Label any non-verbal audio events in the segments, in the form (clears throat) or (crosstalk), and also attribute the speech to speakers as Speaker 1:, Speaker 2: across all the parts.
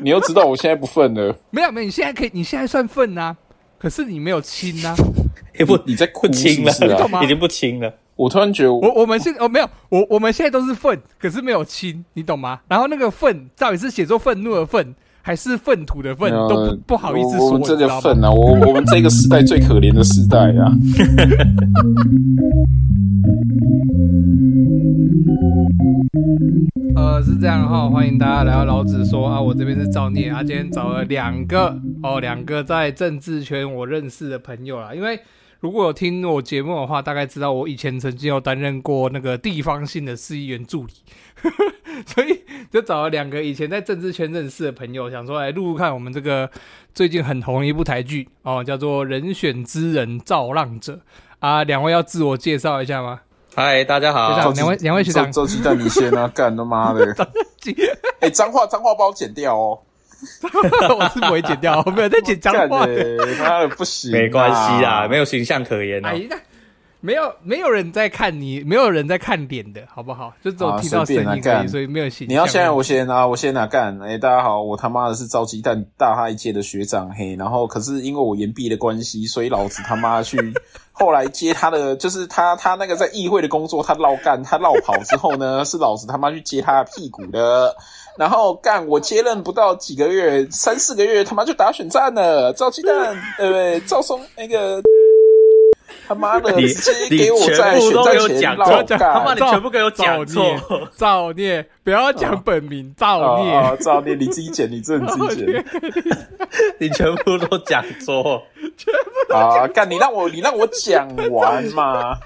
Speaker 1: 你又知道我现在不愤了，
Speaker 2: 没有没有，你现在可以，你现在算愤呐、可是你没有亲啊呐、
Speaker 3: 也不
Speaker 1: 你在哭
Speaker 3: 不清了，
Speaker 1: 是不是啊
Speaker 2: 你懂吗
Speaker 3: 已经不清了。
Speaker 1: 我突然觉得我
Speaker 2: 我我们现哦没有，我我们现在都是愤，可是没有亲，你懂吗？然后那个愤到底是写作愤怒的愤，还是粪土的粪，
Speaker 1: 嗯
Speaker 2: 都不不好意思
Speaker 1: 我
Speaker 2: 说，
Speaker 1: 我们
Speaker 2: 你
Speaker 1: 这
Speaker 2: 知
Speaker 1: 个
Speaker 2: 道吗？
Speaker 1: 份啊，我我们这个时代最可怜的时代啊。
Speaker 2: 呃，是这样的话，欢迎大家来到老子说啊，我这边是造孽啊，今天找了两个哦，两个在政治圈我认识的朋友啦，因为。如果有听我节目的话，大概知道我以前曾经有担任过那个地方性的市议员助理， (laughs) 所以就找了两个以前在政治圈认识的朋友，想说来录录看我们这个最近很红的一部台剧哦，叫做《人选之人造浪者》啊。两位要自我介绍一下吗？ (laughs)
Speaker 3: 嗨，大家
Speaker 2: 学
Speaker 3: 好
Speaker 2: 长，两位两位学长
Speaker 1: 周周鸡蛋你先啊，干他妈的！
Speaker 2: (laughs)
Speaker 1: 哎，脏话脏话帮我剪掉哦，
Speaker 2: 我是不会剪掉，我没有在剪脏
Speaker 1: 干
Speaker 2: 话的。
Speaker 1: 的，妈的不行，
Speaker 3: 没关系啊，没有形象可言啊
Speaker 2: 哎。呀，没有没有人在看你，没有人在看脸的好不好？就只有
Speaker 1: 啊
Speaker 2: 听到声
Speaker 1: 随便啊
Speaker 2: 音而已，
Speaker 1: 干
Speaker 2: 所以没有形象。
Speaker 1: 你要先啊，我先啊，我先啊，干！哎、大家好，我他妈的是招鸡蛋大他一届的学长嘿，然后可是因为我延毕的关系，所以老子他妈
Speaker 3: (laughs)
Speaker 1: 去后来接他的，就是他他那个在议会的工作，他绕干他绕跑之后呢，是老子他妈去接他的屁股的，然后干我接任不到几个月，三四个月他妈就打选战了，赵鸡蛋呃赵松那个。他妈的，
Speaker 3: 你
Speaker 1: 直接
Speaker 3: 你
Speaker 1: 给我在
Speaker 3: 全部
Speaker 1: 选
Speaker 3: 都
Speaker 1: 战
Speaker 3: 有
Speaker 1: 前
Speaker 3: 讲
Speaker 1: 绕
Speaker 3: 错，
Speaker 1: 干，
Speaker 3: 他妈你全部给我
Speaker 2: 造
Speaker 3: 讲
Speaker 2: 孽
Speaker 3: 错。，
Speaker 2: 造孽，不要讲本名，造孽。
Speaker 1: 哦，造孽，你自己剪，你真的自
Speaker 3: (laughs)
Speaker 1: 己剪。
Speaker 3: 你全部都讲错，
Speaker 1: (laughs) 啊，干，你让我，你让我讲完嘛，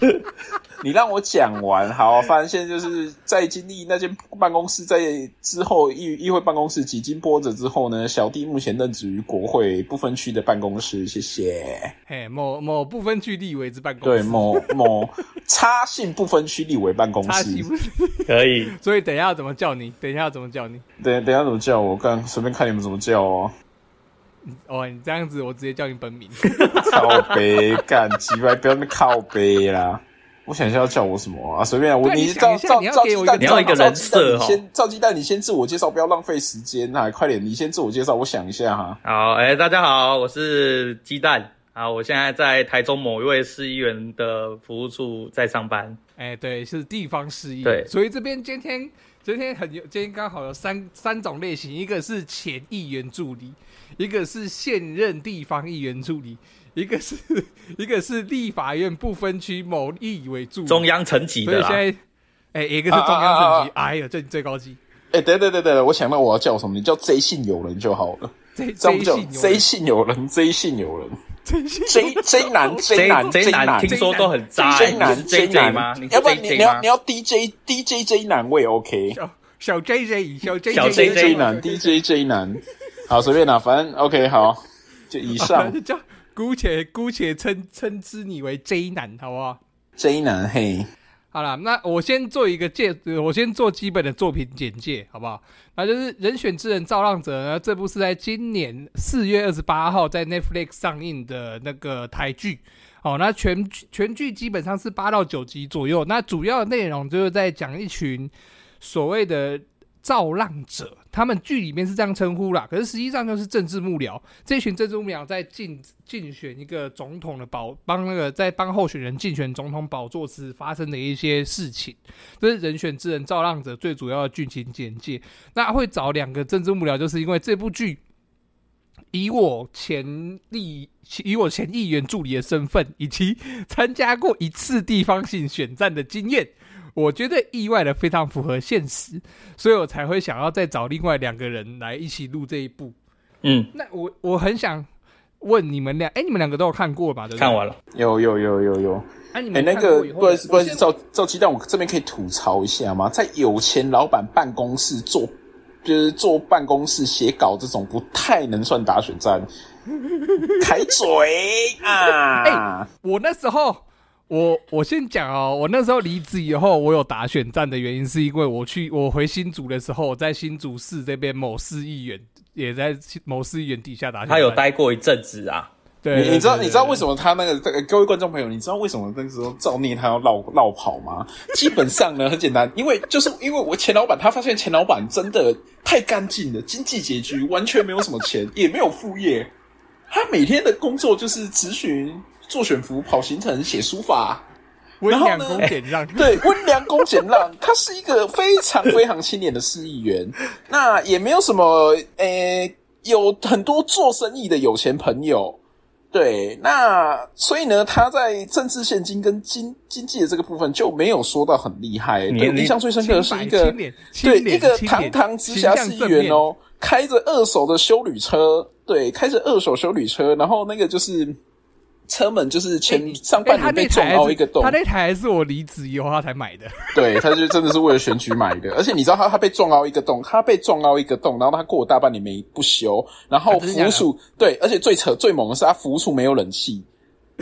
Speaker 1: 你让我讲完。好，反正现在就是在经历那间办公室在之后议议会办公室几经波折之后呢，小弟目前任职于国会不分区的办公室，谢谢。
Speaker 2: (laughs) 嘿，某某部分区立委之办公
Speaker 1: 对，
Speaker 2: 室，
Speaker 1: 某某差性不分区立委办公
Speaker 2: 他
Speaker 1: 室
Speaker 2: 岂。不是？
Speaker 3: 可以。
Speaker 2: 所以等一下要怎么叫你？等一下要怎么叫你？
Speaker 1: 等等一下怎么叫我？干，随便看你们怎么叫哦。
Speaker 2: 哦，你这样子，我直接叫你本名。
Speaker 1: 靠背干鸡掰，不要那么靠背啦！我想一下要叫我什么啊？随便啊，我
Speaker 2: 对你
Speaker 1: 照
Speaker 2: 想一下
Speaker 1: 照
Speaker 2: 你要
Speaker 1: 照
Speaker 2: 给我
Speaker 1: 鸡
Speaker 2: 一个
Speaker 1: 蛋，
Speaker 2: 你
Speaker 3: 要一个
Speaker 1: 照
Speaker 3: 人
Speaker 1: 鸡蛋
Speaker 3: 设
Speaker 1: 你
Speaker 3: 哦
Speaker 1: 先照鸡蛋，你先自我介绍，不要浪费时间啊！快点，你先自我介绍，我想一下哈。
Speaker 3: 好，哎、大家好，我是鸡蛋啊，我现在在台中某一位市议员的服务处在上班。
Speaker 2: 哎，对，是地方市议。
Speaker 3: 对
Speaker 2: 所以这边今天今天很有，今天刚好有三三种类型，一个是前议员助理，一个是现任地方议员助理，一个是 (laughs) 一个是立法院不分区某议委助理。
Speaker 3: 中央层
Speaker 2: 嗯
Speaker 3: 级
Speaker 2: 所以
Speaker 3: 的
Speaker 2: 现
Speaker 3: 啦，
Speaker 2: 在，哎，一个是中央政
Speaker 1: 啊
Speaker 2: 级，哎呀，这最高级，
Speaker 1: 哎、等等等等，我想到我要叫什么，你叫 J 姓友人就好了，
Speaker 2: 这
Speaker 1: 这
Speaker 2: 这
Speaker 1: 样
Speaker 2: 一
Speaker 1: 不叫
Speaker 2: 系
Speaker 1: J 姓友人，J 姓友人，J J
Speaker 2: (laughs)
Speaker 1: 男，J 男
Speaker 3: 这男
Speaker 1: 男
Speaker 3: 听说都很渣、
Speaker 1: ，J
Speaker 3: 你
Speaker 1: 男
Speaker 3: 是 JJ 吗？
Speaker 1: 男
Speaker 3: 你，是
Speaker 1: 要不然你
Speaker 3: JJ
Speaker 1: 你要
Speaker 3: 吗
Speaker 1: 你？要 DJ DJ J 男我也 OK。
Speaker 2: 小小 J J (laughs) 小 J
Speaker 3: 小
Speaker 1: J
Speaker 3: JJ
Speaker 1: J 男，DJ J 男，好随便啦，反正 OK 好，就以上
Speaker 2: 就 (laughs) 叫姑且姑且称称之你为 J 男，好不好？
Speaker 1: (laughs) J 男嘿，
Speaker 2: 好啦，那我先做一个介，呃我先做基本的作品简介，好不好？那就是《人选之人造浪者》呢，这部是在今年四月二十八号在 Netflix 上映的那个台剧。哦，那全剧全剧基本上是八到九集左右，那主要的内容就是在讲一群所谓的造浪者，他们剧里面是这样称呼啦，可是实际上就是政治幕僚，这群政治幕僚在竞竞选一个总统的保，帮那个在帮候选人竞选总统宝座时发生的一些事情，这是人选之人造浪者最主要的剧情简介。那会找两个政治幕僚，就是因为这部剧。以我前立，以我前议员助理的身份，以及参加过一次地方性选战的经验，我觉得意外的非常符合现实，所以我才会想要再找另外两个人来一起录这一部。
Speaker 3: 嗯，
Speaker 2: 那我我很想问你们俩，哎、你们两个都有看过吧？对不对
Speaker 3: 看，完了，
Speaker 1: 有有有有有，
Speaker 2: 哎、你
Speaker 1: 哎、
Speaker 2: 们
Speaker 1: 那
Speaker 2: 看
Speaker 1: 个
Speaker 2: 过以后
Speaker 1: 不好意思不好意思，
Speaker 2: 我先
Speaker 1: 赵赵鸡蛋，我这边可以吐槽一下吗？在有钱老板办公室做，就是做办公室写稿这种，不太能算打选 (laughs) 战，开嘴啊！
Speaker 2: 我那时候，我我先讲哦，我那时候离职以后，我有打选战的原因是因为我去我回新竹的时候，我在新竹市这边某市议员也在某市议员底下打选战，
Speaker 3: 他有待过一阵子啊，
Speaker 2: 对，
Speaker 1: 你你知道
Speaker 2: 对
Speaker 1: 你知道为什么他那个呃各位观众朋友，你知道为什么那个时候造孽他要绕绕跑吗？ (laughs) 基本上呢很简单，因为就是因为我前老板他发现前老板真的太干净了，经济拮据，完全没有什么钱，也没有副业，他每天的工作就是咨询、做选服、跑行程、写书法。
Speaker 2: 温
Speaker 1: 然后
Speaker 2: 良
Speaker 1: 呢
Speaker 2: 恭俭
Speaker 1: (laughs)
Speaker 2: 让，
Speaker 1: 对，温良恭俭让，他是一个非常非常清廉的市议
Speaker 2: (laughs)
Speaker 1: 员。那也没有什么，诶、有很多做生意的有钱朋友。对，那所以呢，他在政治现金跟经经济的这个部分就没有说到很厉害。
Speaker 3: 你
Speaker 1: 对我
Speaker 3: 你
Speaker 1: 印象最深刻的是一个
Speaker 2: 清白清
Speaker 1: 对
Speaker 2: 廉清廉
Speaker 1: 一个
Speaker 2: 清
Speaker 1: 堂
Speaker 2: 廉
Speaker 1: 堂直辖市议员哦，开着二手的修旅车，对，开着二手修旅车，然后那个就是车门就是
Speaker 2: 哎
Speaker 1: 前、上半年被撞凹一个洞，
Speaker 2: 他那台还是我离职以后他才买的，
Speaker 1: (laughs) 对，他就真的是为了选举买的，而且你知道他他被撞凹一个洞，他被撞凹一个洞，然后他过了大半年没不修，然后
Speaker 2: 啊真的假
Speaker 1: 扶
Speaker 2: 的
Speaker 1: 鼠对，而且最扯最猛的是他扶鼠没有冷气。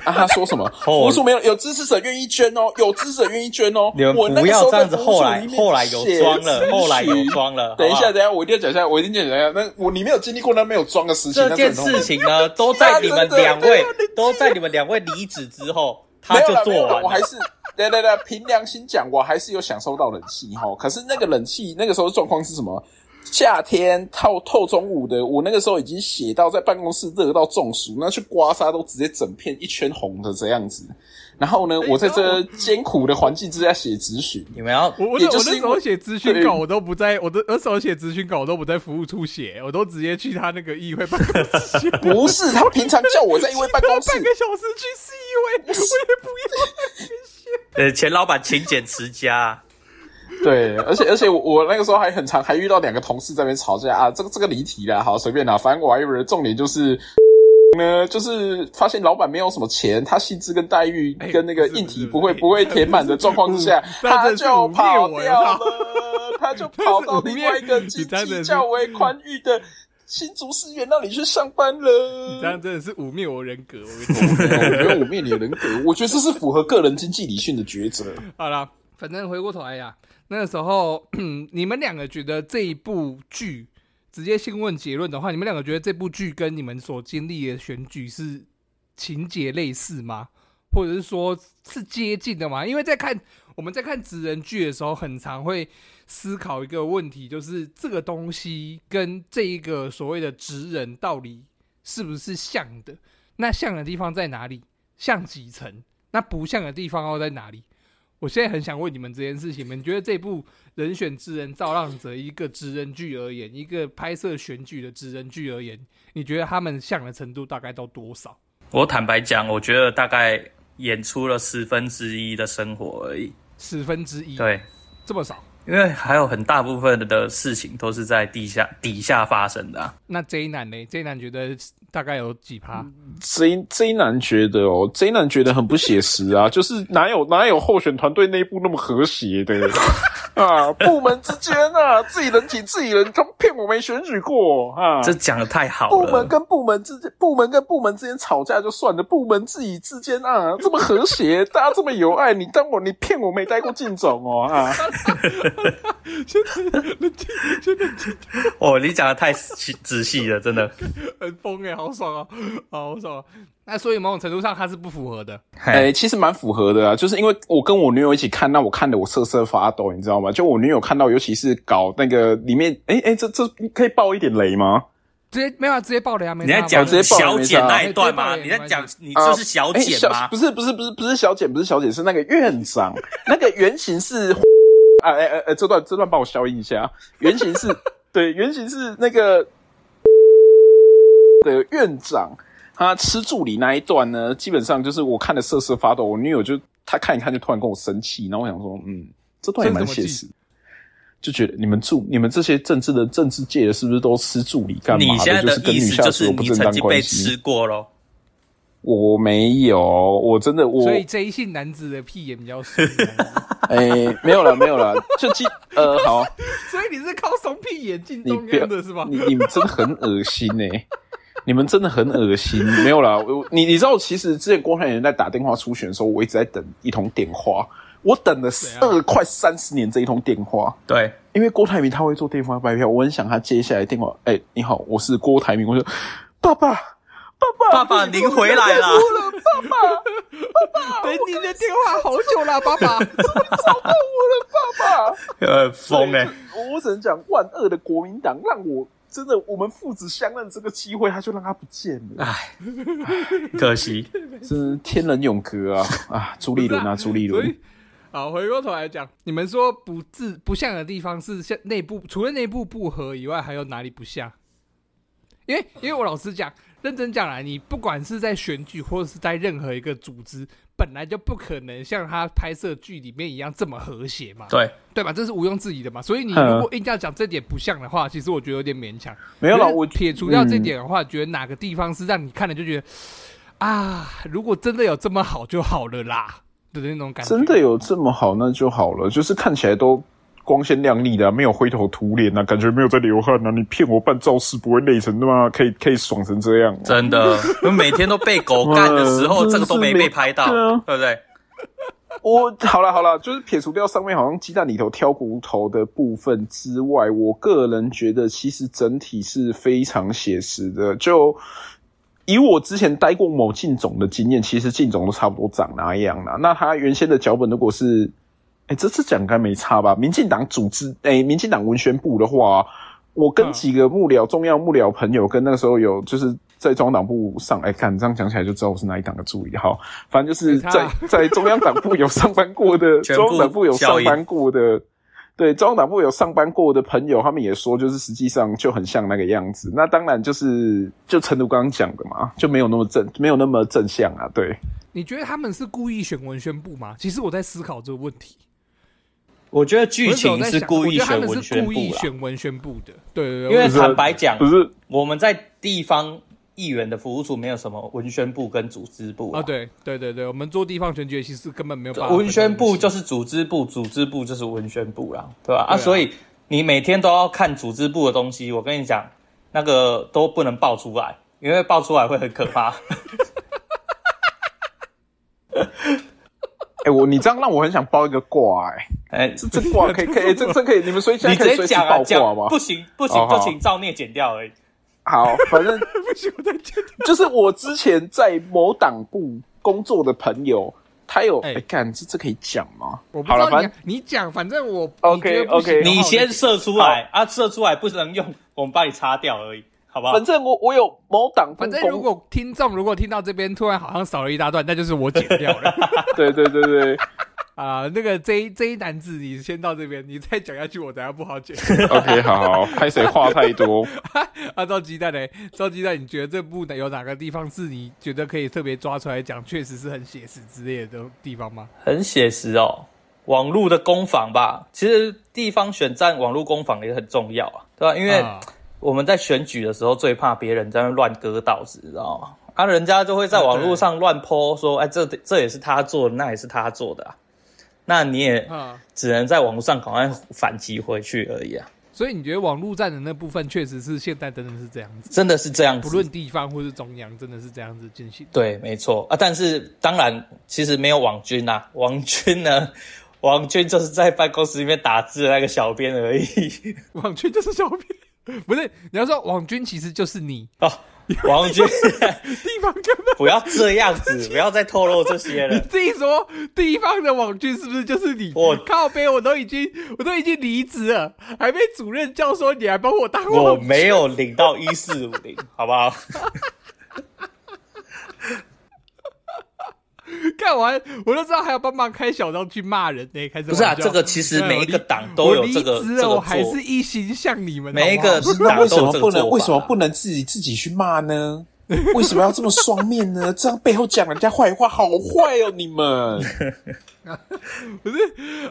Speaker 1: 啊，他说
Speaker 3: (laughs)
Speaker 1: 什么？
Speaker 3: 后
Speaker 1: 扶鼠没有，有支持者愿意捐哦，有支持者愿意捐哦。
Speaker 3: 哦你们
Speaker 1: 我那
Speaker 3: 不
Speaker 1: 个时
Speaker 3: 要
Speaker 1: 候
Speaker 3: 这
Speaker 1: 在
Speaker 3: 样子，
Speaker 1: 扶
Speaker 3: 后
Speaker 1: 鼠
Speaker 3: 来
Speaker 1: 里面
Speaker 3: 后来有
Speaker 1: 写
Speaker 3: 装了，后来有
Speaker 1: 争取
Speaker 3: 装了。
Speaker 1: (laughs) 等一
Speaker 3: 好不
Speaker 1: 下，
Speaker 3: 好
Speaker 1: 等一下，我一定要讲一下，我一定要讲一下。那我你没有经历过那没有装的事情，
Speaker 3: 这件事情呢， (laughs) 都在你们两位，都在你们两位离职之后，
Speaker 1: 没
Speaker 3: 他
Speaker 1: 有
Speaker 3: 就
Speaker 1: 啦，没
Speaker 3: 做
Speaker 1: 有啦
Speaker 3: 完，
Speaker 1: 我还
Speaker 3: 了。
Speaker 1: 是 (laughs) 对对对，凭良心讲，我还是有享受到冷气哈。可是那个冷气那个时候状况是什么？夏天透透中午的，我那个时候已经写到在办公室热到中暑，那去刮痧都直接整片一圈红的这样子。然后呢，
Speaker 2: 哎
Speaker 1: 我在
Speaker 2: 然后
Speaker 1: 这艰苦的环境之下写直询，
Speaker 3: 你们要
Speaker 2: 我我
Speaker 1: 也
Speaker 2: 那
Speaker 1: 就
Speaker 2: 我
Speaker 1: 是
Speaker 2: 那
Speaker 1: 因
Speaker 2: 时
Speaker 1: 为
Speaker 2: 候写咨询稿，
Speaker 1: 对
Speaker 2: 我都不在，我都那时候写咨询稿，我都不在服务处写，我都直接去他那个议会办公
Speaker 1: (laughs)
Speaker 2: 室写。
Speaker 1: 不是他平常叫我在因为 (laughs) 办公室
Speaker 2: 半个小时去市议会，我也不要。 (laughs)
Speaker 3: 呃，前老板勤俭持家，
Speaker 1: (laughs) 对，而且而且我我那个时候还很常还遇到两个同事在那边吵架啊，这个这个离题啦，好随便啦，反正我还以为重点就是。呢，就是发现老板没有什么钱，他薪资跟待遇
Speaker 2: 哎
Speaker 1: 跟那个
Speaker 2: 不是
Speaker 1: 硬
Speaker 2: 不
Speaker 1: 体
Speaker 2: 是
Speaker 1: 不会
Speaker 2: 不是
Speaker 1: 不会填满的状况之
Speaker 2: (laughs)
Speaker 1: 下，
Speaker 2: 不是
Speaker 1: 他
Speaker 2: 这是
Speaker 1: 就
Speaker 2: 污蔑
Speaker 1: 跑
Speaker 2: 我
Speaker 1: 掉
Speaker 2: 操
Speaker 1: 了，他
Speaker 2: (laughs)
Speaker 1: 就跑到
Speaker 2: 这是污蔑
Speaker 1: 另外一个
Speaker 2: 你
Speaker 1: 经
Speaker 2: 真的
Speaker 1: 济
Speaker 2: 是
Speaker 1: 较为宽裕的新竹市园那里去上班了。
Speaker 2: 你这样真的是污蔑我人格，我跟你
Speaker 1: 我
Speaker 2: 讲。
Speaker 1: 觉得我面临人格，我觉得这是符合个人经济理性的抉择。
Speaker 2: (laughs) 好啦，反正回过头来呀，那个时候 (clears throat) 你们两个觉得这一部剧，直接先问结论的话，你们两个觉得这部剧跟你们所经历的选举是情节类似吗？或者是说是接近的吗？因为在看我们在看职人剧的时候，很常会思考一个问题，就是这个东西跟这一个所谓的职人到底是不是像的？那像的地方在哪里？像几层？那不像的地方又在哪里？我现在很想问你们这件事情，你们觉得这部《人选之人造浪者》一个职人剧而言，一个拍摄选举的职人剧而言，你觉得他们像的程度大概到多少？
Speaker 3: 我坦白讲，我觉得大概演出了十分之一的生活而已。
Speaker 2: 十分之一，，
Speaker 3: 对，
Speaker 2: 这么少。
Speaker 3: 因为还有很大部分的事情都是在地下底下发生的、啊。
Speaker 2: 那 J 男呢？J 男觉得大概有几趴？
Speaker 1: J J 男觉得哦，J 男觉得很不写实啊， (laughs) 就是哪有哪有候选团队内部那么和谐的啊？部门之间啊，自己人请自己人，他们骗我没选举过啊。
Speaker 3: 这讲的太好
Speaker 1: 部门
Speaker 3: 了，
Speaker 1: 跟部门之间，部门跟部门之间吵架就算了，部门自己之间啊，这么和谐，大家这么友爱，你当我你骗我没待过进总哦啊？
Speaker 2: 现在冷静，现在冷静
Speaker 3: 哦，你讲的太细仔细了，真的。
Speaker 2: (laughs) 很疯哎、好爽啊，好爽、啊。那所以某种程度上，它是不符合的。
Speaker 1: 哎、
Speaker 3: 嘿，
Speaker 1: 其实蛮符合的啊，就是因为我跟我女友一起看，那我看的我瑟瑟发抖，你知道吗？就我女友看到，尤其是搞那个里面，哎、哎、这这可以爆一点雷吗？
Speaker 2: 直接没有啊直接爆雷啊，没
Speaker 3: 你在
Speaker 2: 差吧
Speaker 3: 讲
Speaker 1: 直接爆
Speaker 3: 小
Speaker 1: 了没
Speaker 3: 简
Speaker 1: 差
Speaker 3: 那一段吗？
Speaker 2: 直接
Speaker 3: 你在
Speaker 2: 爆了
Speaker 3: 讲
Speaker 2: 没
Speaker 3: 你就是小
Speaker 1: 哎
Speaker 3: 简吗？
Speaker 1: 不是不是不是不是小简，不是小简，是那个院
Speaker 3: (laughs)
Speaker 1: 长，那个原型是啊哎哎哎，这段这段帮我消音一下，啊原型
Speaker 3: (laughs)
Speaker 1: 是对，原型是那个的院长，他吃助理那一段呢，基本上就是我看的瑟瑟发抖，我女友就她看一看就突然跟我生气，然后我想说，嗯，这段也蛮写实。就觉得你们助你们这些政治的政治界的，是不是都吃助理干嘛
Speaker 3: 你现在
Speaker 1: 就是跟
Speaker 3: 意
Speaker 1: 女
Speaker 3: 思
Speaker 1: 下
Speaker 3: 就是
Speaker 1: 属有不
Speaker 3: 你
Speaker 1: 正
Speaker 3: 曾
Speaker 1: 当
Speaker 3: 经被
Speaker 1: 关系。
Speaker 3: 吃过咯。
Speaker 1: 我没有，我真的我
Speaker 2: 所以 J 姓男子的屁眼比较深。
Speaker 1: 哎、没有了，没有了，就记呃，好，
Speaker 2: (laughs) 所以你是靠松屁眼进
Speaker 1: 你
Speaker 2: 中
Speaker 1: 不要
Speaker 2: 央的是吧？
Speaker 1: 你你们真的很恶心哎、你们真的很恶心。没有啦，我你你知道，其实之前郭台铭在打电话初选的时候，我一直在等一通电话，我等了
Speaker 2: 怎样
Speaker 1: 二快三十年这一通电话。
Speaker 3: (laughs) 对，
Speaker 1: 因为郭台铭他会做电话拜票，我很想他接下来电话。哎、你好，我是郭台铭。我说，爸爸，
Speaker 3: 爸爸，您回来哎啦！ (laughs)
Speaker 2: 等你的电话好久了，爸爸。
Speaker 1: 爸爸，
Speaker 3: 呃，疯
Speaker 2: 欸
Speaker 3: 哎、
Speaker 1: 我我只能讲万恶的国民党让我真的我们父子相认这个机会，他就让他不见了，
Speaker 3: 哎，可惜，
Speaker 1: 啊真是天人永隔
Speaker 2: (laughs)
Speaker 1: 啊啊！朱立伦啊，朱立
Speaker 2: 所
Speaker 1: 伦
Speaker 2: 以，，好，回过头来讲，你们说不自不像的地方是像内部，除了内部不合以外，还有哪里不像？因为因为我老实讲，认真讲来，你不管是在选举或者是在任何一个组织，本来就不可能像他拍摄剧里面一样这么和谐嘛，
Speaker 3: 对，
Speaker 2: 对吧？这是毋庸置疑的嘛。所以你
Speaker 1: 嗯
Speaker 2: 如果硬要讲这点不像的话，其实我觉得有点勉强。
Speaker 1: 没有了，
Speaker 2: 可是
Speaker 1: 我
Speaker 2: 撇除掉这
Speaker 1: 嗯
Speaker 2: 点的话，觉得哪个地方是让你看了就觉得啊，如果真的有这么好就好了啦的那种感觉。
Speaker 1: 嗯真的有这么好，那就好了。就是看起来都光鲜亮丽的啊、没有灰头土脸啊，感觉没有在流汗啊。你骗我办造势不会累成他妈可以可以爽成这样、啊？
Speaker 3: 真的，我每天都被狗干的时候，
Speaker 1: 嗯
Speaker 3: 这个都没被拍到，
Speaker 1: 对啊
Speaker 3: 对不对？
Speaker 1: 我好了好了，就是撇除掉上面好像鸡蛋里头挑骨头的部分之外，我个人觉得其实整体是非常写实的。就以我之前待过某进总的经验，其实进总都差不多长那样啦。那他原先的脚本如果是，哎、这次讲应该没差吧？民进党组织，哎、民进党文宣部的话，我跟
Speaker 2: 嗯
Speaker 1: 几个幕僚、重要幕僚朋友，跟那个时候有就是在中央党部上，哎、看这样讲起来就知道我是哪一党的助理哈。好反正就是
Speaker 2: 没差
Speaker 1: 在在中央党部有上班过的，
Speaker 3: 全
Speaker 1: 中
Speaker 3: 部
Speaker 1: 央党部有
Speaker 3: 效
Speaker 1: 上
Speaker 3: 应
Speaker 1: 班过的，对，中央党部有上班过的朋友，他们也说，就是实际上就很像那个样子。那当然就是就陈如刚刚讲的嘛，就没有那么正，没有那么正向啊。对，
Speaker 2: 你觉得他们是故意选文宣部吗？其实我在思考这个问题。
Speaker 4: 我觉得剧
Speaker 2: 我是有
Speaker 4: 情
Speaker 2: 在想
Speaker 4: 故意
Speaker 2: 我觉得
Speaker 4: 选
Speaker 2: 他们
Speaker 4: 文
Speaker 2: 是
Speaker 4: 宣
Speaker 2: 故
Speaker 4: 部啊
Speaker 2: 意
Speaker 4: 啦，
Speaker 2: 选文宣部的，对对对，
Speaker 4: 因为
Speaker 2: 我
Speaker 4: 坦白讲
Speaker 1: 可，是
Speaker 4: 我们在地方议员的服务处没有什么文宣部跟组织部
Speaker 2: 啊，对对对对，我们做地方选举其实根本没有办法。
Speaker 4: 文宣部就是组织部，组织部就是文宣部啦，对吧、啊？
Speaker 2: 对啊
Speaker 4: 所以你每天都要看组织部的东西，我跟你讲，那个都不能爆出来，因为爆出来会很可
Speaker 1: (laughs)
Speaker 4: 怕。
Speaker 1: 哎、我你这样让我很想包一个挂、哎，
Speaker 4: 哎、
Speaker 1: 这这挂可以可以，哎这这可以，你们所以现
Speaker 4: 你
Speaker 1: 在可以
Speaker 4: 直
Speaker 1: 随
Speaker 4: 接
Speaker 1: 时
Speaker 4: 讲啊
Speaker 1: 爆
Speaker 4: 讲
Speaker 1: 挂吗，？
Speaker 4: 不行不行，
Speaker 1: 哦好
Speaker 4: 就请照念剪掉而已。
Speaker 1: 好，反正
Speaker 2: 不行，我在觉得
Speaker 1: 就是我之前在某党部工作的朋友，他有
Speaker 2: 哎
Speaker 1: 哎干、这这可以讲吗？
Speaker 2: (laughs) 我不
Speaker 1: 好
Speaker 2: 知
Speaker 1: 了，
Speaker 2: 道
Speaker 1: 反
Speaker 2: 你
Speaker 1: 正
Speaker 2: 讲你讲，反正我
Speaker 1: OK，
Speaker 2: 你觉得不行
Speaker 1: OK
Speaker 2: 的话
Speaker 4: 你
Speaker 2: 我
Speaker 4: 先
Speaker 2: 就
Speaker 4: 射出来啊，射出来不能用，我们帮你擦掉而已，好不好
Speaker 1: 反？正我我有某党部
Speaker 2: 反
Speaker 1: 工
Speaker 2: 正如果听众如果听到这边突然好像少了一大段，那就是我剪掉了
Speaker 1: (laughs) 对对对对
Speaker 2: 啊、那个这一这一男子，你先到这边，你再讲下去，我等下不好 (laughs) 剪。
Speaker 1: ，OK，好好，拍谁话太多，
Speaker 2: 啊，赵鸡蛋嘞，赵鸡蛋，你觉得这部有哪个地方是你觉得可以特别抓出来讲，确实是很写实之类的地方吗？
Speaker 4: 很写实哦。网络的攻防吧，其实地方选战网络攻防也很重要啊，对吧、因
Speaker 1: 嗯
Speaker 4: 为
Speaker 2: 啊
Speaker 4: 我们在选举的时候最怕别人在那乱割稻子，你知道吗？啊，人家就会在网络上乱泼说，哎，这这也是他做的，那也是他做的啊。那你也
Speaker 2: 啊，
Speaker 4: 只能在网络上赶快反击回去而已啊，
Speaker 2: 所以你觉得网络战的那部分确实是现在真的是这样子，
Speaker 4: 真的是这样
Speaker 2: 不
Speaker 4: 子
Speaker 2: 论。地方或是中央，真的是这样子进行。
Speaker 4: 对，没错啊。但是当然，其实没有网军啊，网军呢， (laughs) 网军就是在办公室里面打字的那个小编而已。 (laughs)
Speaker 2: 网军就是小编， (laughs) 不是你要说网军其实就是你，
Speaker 4: 哦，王军， (laughs)
Speaker 2: 地方根本
Speaker 4: 不要这样子，不要再透露这些
Speaker 2: 你
Speaker 4: 了。
Speaker 2: (laughs) 自己说地方的网军是不是就是你？
Speaker 4: 我
Speaker 2: 靠背，我都已经我都已经离职了，还被主任叫说你还帮我当
Speaker 4: 我
Speaker 2: 网军
Speaker 4: 没有领到一四五零，好不好？
Speaker 2: 干完，我都知道还要帮忙开小张去骂人呢、开始
Speaker 4: 不是啊，
Speaker 2: 玩笑
Speaker 4: 这个其实
Speaker 2: 对
Speaker 4: 每一个
Speaker 2: 我离
Speaker 4: 党都有这
Speaker 2: 我
Speaker 4: 个
Speaker 2: 离职
Speaker 4: 这
Speaker 2: 了，我
Speaker 4: 个
Speaker 2: 还是
Speaker 4: 做，
Speaker 2: 一心向你们。
Speaker 4: 每一
Speaker 2: 好
Speaker 4: 个
Speaker 2: 不
Speaker 1: (laughs)
Speaker 2: 好
Speaker 1: 那为什么
Speaker 4: 党都有这
Speaker 1: 不
Speaker 4: 个
Speaker 1: 能
Speaker 4: 做法
Speaker 1: 为什么不能自己自己去骂呢？
Speaker 2: (laughs)
Speaker 1: 为什么要这么双面呢？这样背后讲人家坏话，好坏哦！你们
Speaker 2: 不是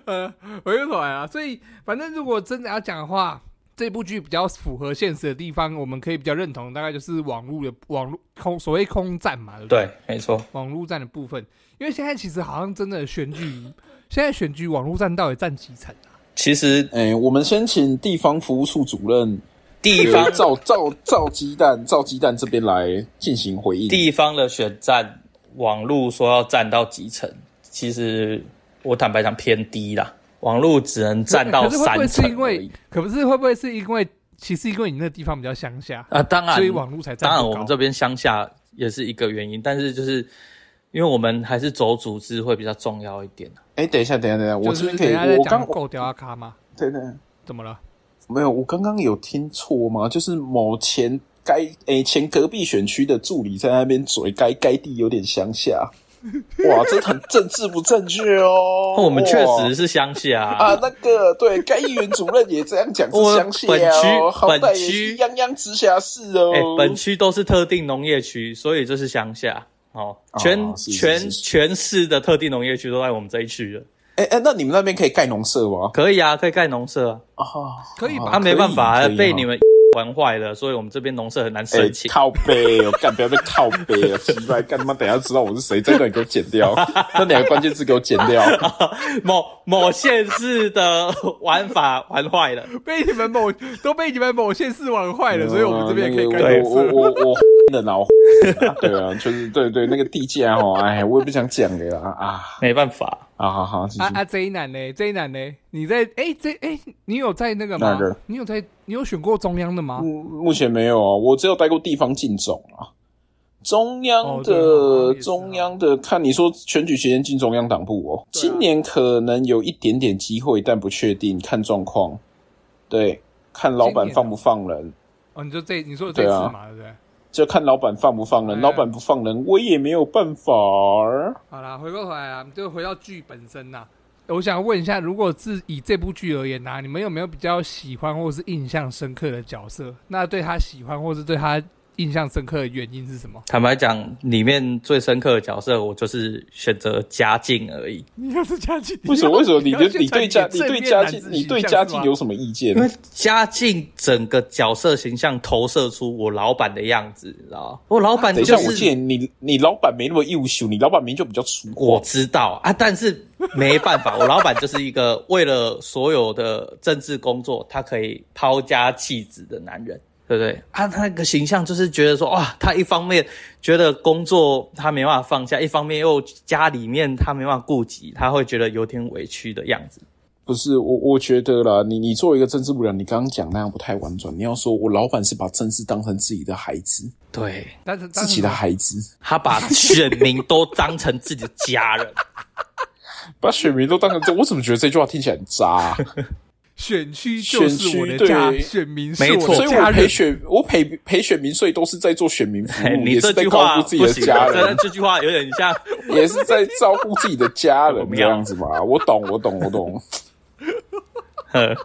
Speaker 2: 呃，回过头来啊，所以反正如果真的要讲的话，这部剧比较符合现实的地方，我们可以比较认同，大概就是网络的网络空所谓空战嘛，对不对？
Speaker 4: 对，没错，
Speaker 2: 网络战的部分，因为现在其实好像真的选举， (laughs) 现在选举网络战到底占几成啊？
Speaker 4: 其实
Speaker 1: (laughs) 哎、我们先请地方服务处主任呃
Speaker 4: 地方
Speaker 1: 赵赵赵鸡蛋赵鸡蛋这边来进行回应。
Speaker 4: 地方的选战，网络说要占到几成，其实我坦白讲偏低啦，网络只能占到
Speaker 2: 可是会不会
Speaker 4: 三
Speaker 2: 是因
Speaker 4: 成
Speaker 2: 为，可不是会不会是因为，其实因为你那个地方比较乡下，
Speaker 4: 啊。当然
Speaker 2: 所以，网络才占
Speaker 4: 当然
Speaker 2: 不
Speaker 4: 我
Speaker 2: 高
Speaker 4: 们这边乡下也是一个原因。但是就是因为我们还是走组织会比较重要一点、啊、
Speaker 1: 哎，等一下，等一下，等一下，我
Speaker 2: 就
Speaker 1: 这边
Speaker 2: 是等
Speaker 1: 可
Speaker 2: 一
Speaker 1: 以
Speaker 2: 下在，
Speaker 1: 我
Speaker 2: 讲
Speaker 1: 刚
Speaker 2: 够掉阿卡吗？
Speaker 1: 对对，
Speaker 2: 怎么了？
Speaker 1: 没有，我刚刚有听错吗？就是某前该诶、前隔壁选区的助理在那边嘴该该地有点乡下，哇，这很政治不正确哦。
Speaker 4: 我们确
Speaker 1: 哇
Speaker 4: 实是乡下、啊，
Speaker 1: 啊，那个对，该议员主任也这样讲，是
Speaker 4: 我
Speaker 1: 乡下
Speaker 4: 本区
Speaker 1: 哦，好
Speaker 4: 本
Speaker 1: 歹也是
Speaker 4: 区
Speaker 1: 泱泱直辖市哦
Speaker 4: 哎、。本区都是特定农业区，所以就是乡下。哦，全、
Speaker 1: 是是
Speaker 4: 全
Speaker 1: 是是
Speaker 4: 全市的特定农业区都在我们这一区了。
Speaker 1: 哎哎，那你们那边可以盖农舍吗？
Speaker 4: 可以啊，可以盖农舍啊，
Speaker 1: 啊，
Speaker 2: 可以吧
Speaker 1: 啊
Speaker 4: 他没办法、啊
Speaker 1: 可以可以
Speaker 4: 被
Speaker 1: 哈
Speaker 4: 你们 (laughs) 玩坏了，所以我们这边农舍很难
Speaker 1: 哎、
Speaker 4: 申请。
Speaker 1: 靠背哦，干不要被靠背哦，奇怪，干他妈等一下知道我是谁，这段给我剪
Speaker 4: (laughs)
Speaker 1: 掉，那两个关键字给我剪掉。
Speaker 4: 某某县市的玩法 (laughs) 玩坏了，
Speaker 2: 被你们某都被你们某县市玩坏了，所以
Speaker 1: 啊
Speaker 2: 我们这边也可以
Speaker 1: 那
Speaker 2: 干
Speaker 1: 个
Speaker 2: 农
Speaker 1: 我
Speaker 2: 舍。
Speaker 1: 我我我的脑，对啊，就是对对，那个地界哦，哎，我也不想讲的啦啊
Speaker 4: 没办法。
Speaker 1: 啊，好好，继续
Speaker 2: 啊啊！J 男呢？J 男呢？你在哎 J 哎，你有在那个吗
Speaker 1: 哪个？嗯
Speaker 2: 你有在你有选过中央的吗？
Speaker 1: 目目前没有啊，我只有待过地方进总啊。中央的、
Speaker 2: 哦对啊也是啊
Speaker 1: 中央的，看你说选举期间进中央党部哦，
Speaker 2: 对啊
Speaker 1: 今年可能有一点点机会，但不确定，看状况。对，看老
Speaker 2: 今
Speaker 1: 板
Speaker 2: 年啊
Speaker 1: 放不放人，
Speaker 2: 哦，你就这你说的这
Speaker 1: 对
Speaker 2: 次
Speaker 1: 啊
Speaker 2: 嘛，对不对？
Speaker 1: 就看老板放不放人。
Speaker 2: 哎呀
Speaker 1: 老板不放人，我也没有办法儿。
Speaker 2: 好啦，回过头来啊，就回到剧本身呐、我想问一下，如果是以这部剧而言呐、你们有没有比较喜欢或是印象深刻的角色？那对他喜欢或是对他印象深刻的原因是什么？
Speaker 4: 坦白讲，里面最深刻的角色，我就是选择嘉靖而已，
Speaker 1: 嗯
Speaker 2: 你要是嘉靖，
Speaker 1: 为什么？为什
Speaker 2: (laughs)
Speaker 1: 么你
Speaker 2: 要
Speaker 1: 对
Speaker 2: 宣
Speaker 1: 你
Speaker 2: 传
Speaker 1: 对家你
Speaker 2: 正
Speaker 1: 对
Speaker 2: 面
Speaker 1: 家
Speaker 2: 男
Speaker 1: 境
Speaker 2: 子
Speaker 1: 你
Speaker 2: 形
Speaker 1: 对
Speaker 2: 象
Speaker 1: 家
Speaker 2: 是
Speaker 1: 境
Speaker 2: 吗
Speaker 1: 有什么意见
Speaker 4: 因？为嘉靖整个角色形象投射出我老板的样子，你知道吗？我老板
Speaker 1: 等一下，
Speaker 4: 就
Speaker 1: 我记得
Speaker 4: 是
Speaker 1: 你你老板没那么优秀，你老板名就比较粗犷。
Speaker 4: 我知道啊，但是没办法，我老板就是一个为了所有的政治工作，他可以抛家弃子的男人。对不对？啊，他那个形象就是觉得说，哇，他一方面觉得工作他没办法放下，一方面又家里面他没办法顾及，他会觉得有点委屈的样子。
Speaker 1: 不是我，我觉得啦，你你作为一个政治部长，你刚刚讲那样不太婉转。你要说我老板是把政治当成自己的孩子，
Speaker 4: 对
Speaker 2: 但是
Speaker 1: 自己的孩子，
Speaker 4: 他把选民都当成自己的家人，
Speaker 1: 把选民都当成这，我怎么觉得这句话听起来很渣啊、
Speaker 2: 选区就是我的
Speaker 1: 选区
Speaker 2: 家，
Speaker 1: 对
Speaker 2: 选民是
Speaker 4: 没
Speaker 2: (laughs) 我
Speaker 4: 错
Speaker 1: 所
Speaker 2: 的
Speaker 1: 以
Speaker 2: 家
Speaker 1: 我陪
Speaker 2: 人。
Speaker 1: 选，我陪陪选民税都是在做选民服
Speaker 2: (laughs) 哎
Speaker 1: 务，
Speaker 4: (laughs) 你
Speaker 1: 也
Speaker 4: 这
Speaker 1: 是在
Speaker 4: 句
Speaker 1: 照
Speaker 4: 话
Speaker 1: 顾自己的
Speaker 4: 不行，
Speaker 2: 啊
Speaker 1: 家
Speaker 4: 这
Speaker 1: 人，
Speaker 4: 这句话有点像
Speaker 1: 也是在照顾自己的家人
Speaker 4: 我不
Speaker 1: 这
Speaker 4: 要
Speaker 1: 样子嘛。我懂，我懂，我懂。
Speaker 4: 呃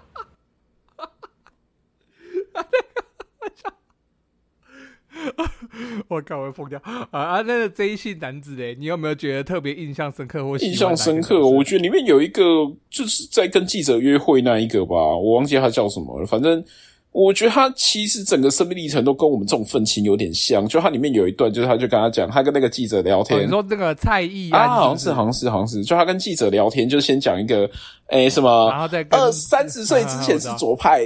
Speaker 2: 我靠，我会疯掉啊！啊，那个 J 姓男子嘞，你有没有觉得特别印象深刻或喜欢
Speaker 1: 印象深刻，
Speaker 2: 哪一个角色
Speaker 1: 我觉得里面有一个就是在跟记者约会那一个吧，我忘记他叫什么了。反正我觉得他其实整个生命历程都跟我们这种愤青有点像。就他里面有一段，就是他就跟他讲，他跟那个记者聊
Speaker 2: 哦
Speaker 1: 天，
Speaker 2: 你说那个蔡意
Speaker 1: 啊，
Speaker 2: 安
Speaker 1: 好像
Speaker 2: 不
Speaker 1: 是，好像是，好像是，就他跟记者聊天，就先讲一个，诶、什
Speaker 2: 然
Speaker 1: 么，
Speaker 2: 后再跟
Speaker 1: 二三十岁之前是
Speaker 2: 啊我知道
Speaker 1: 左派，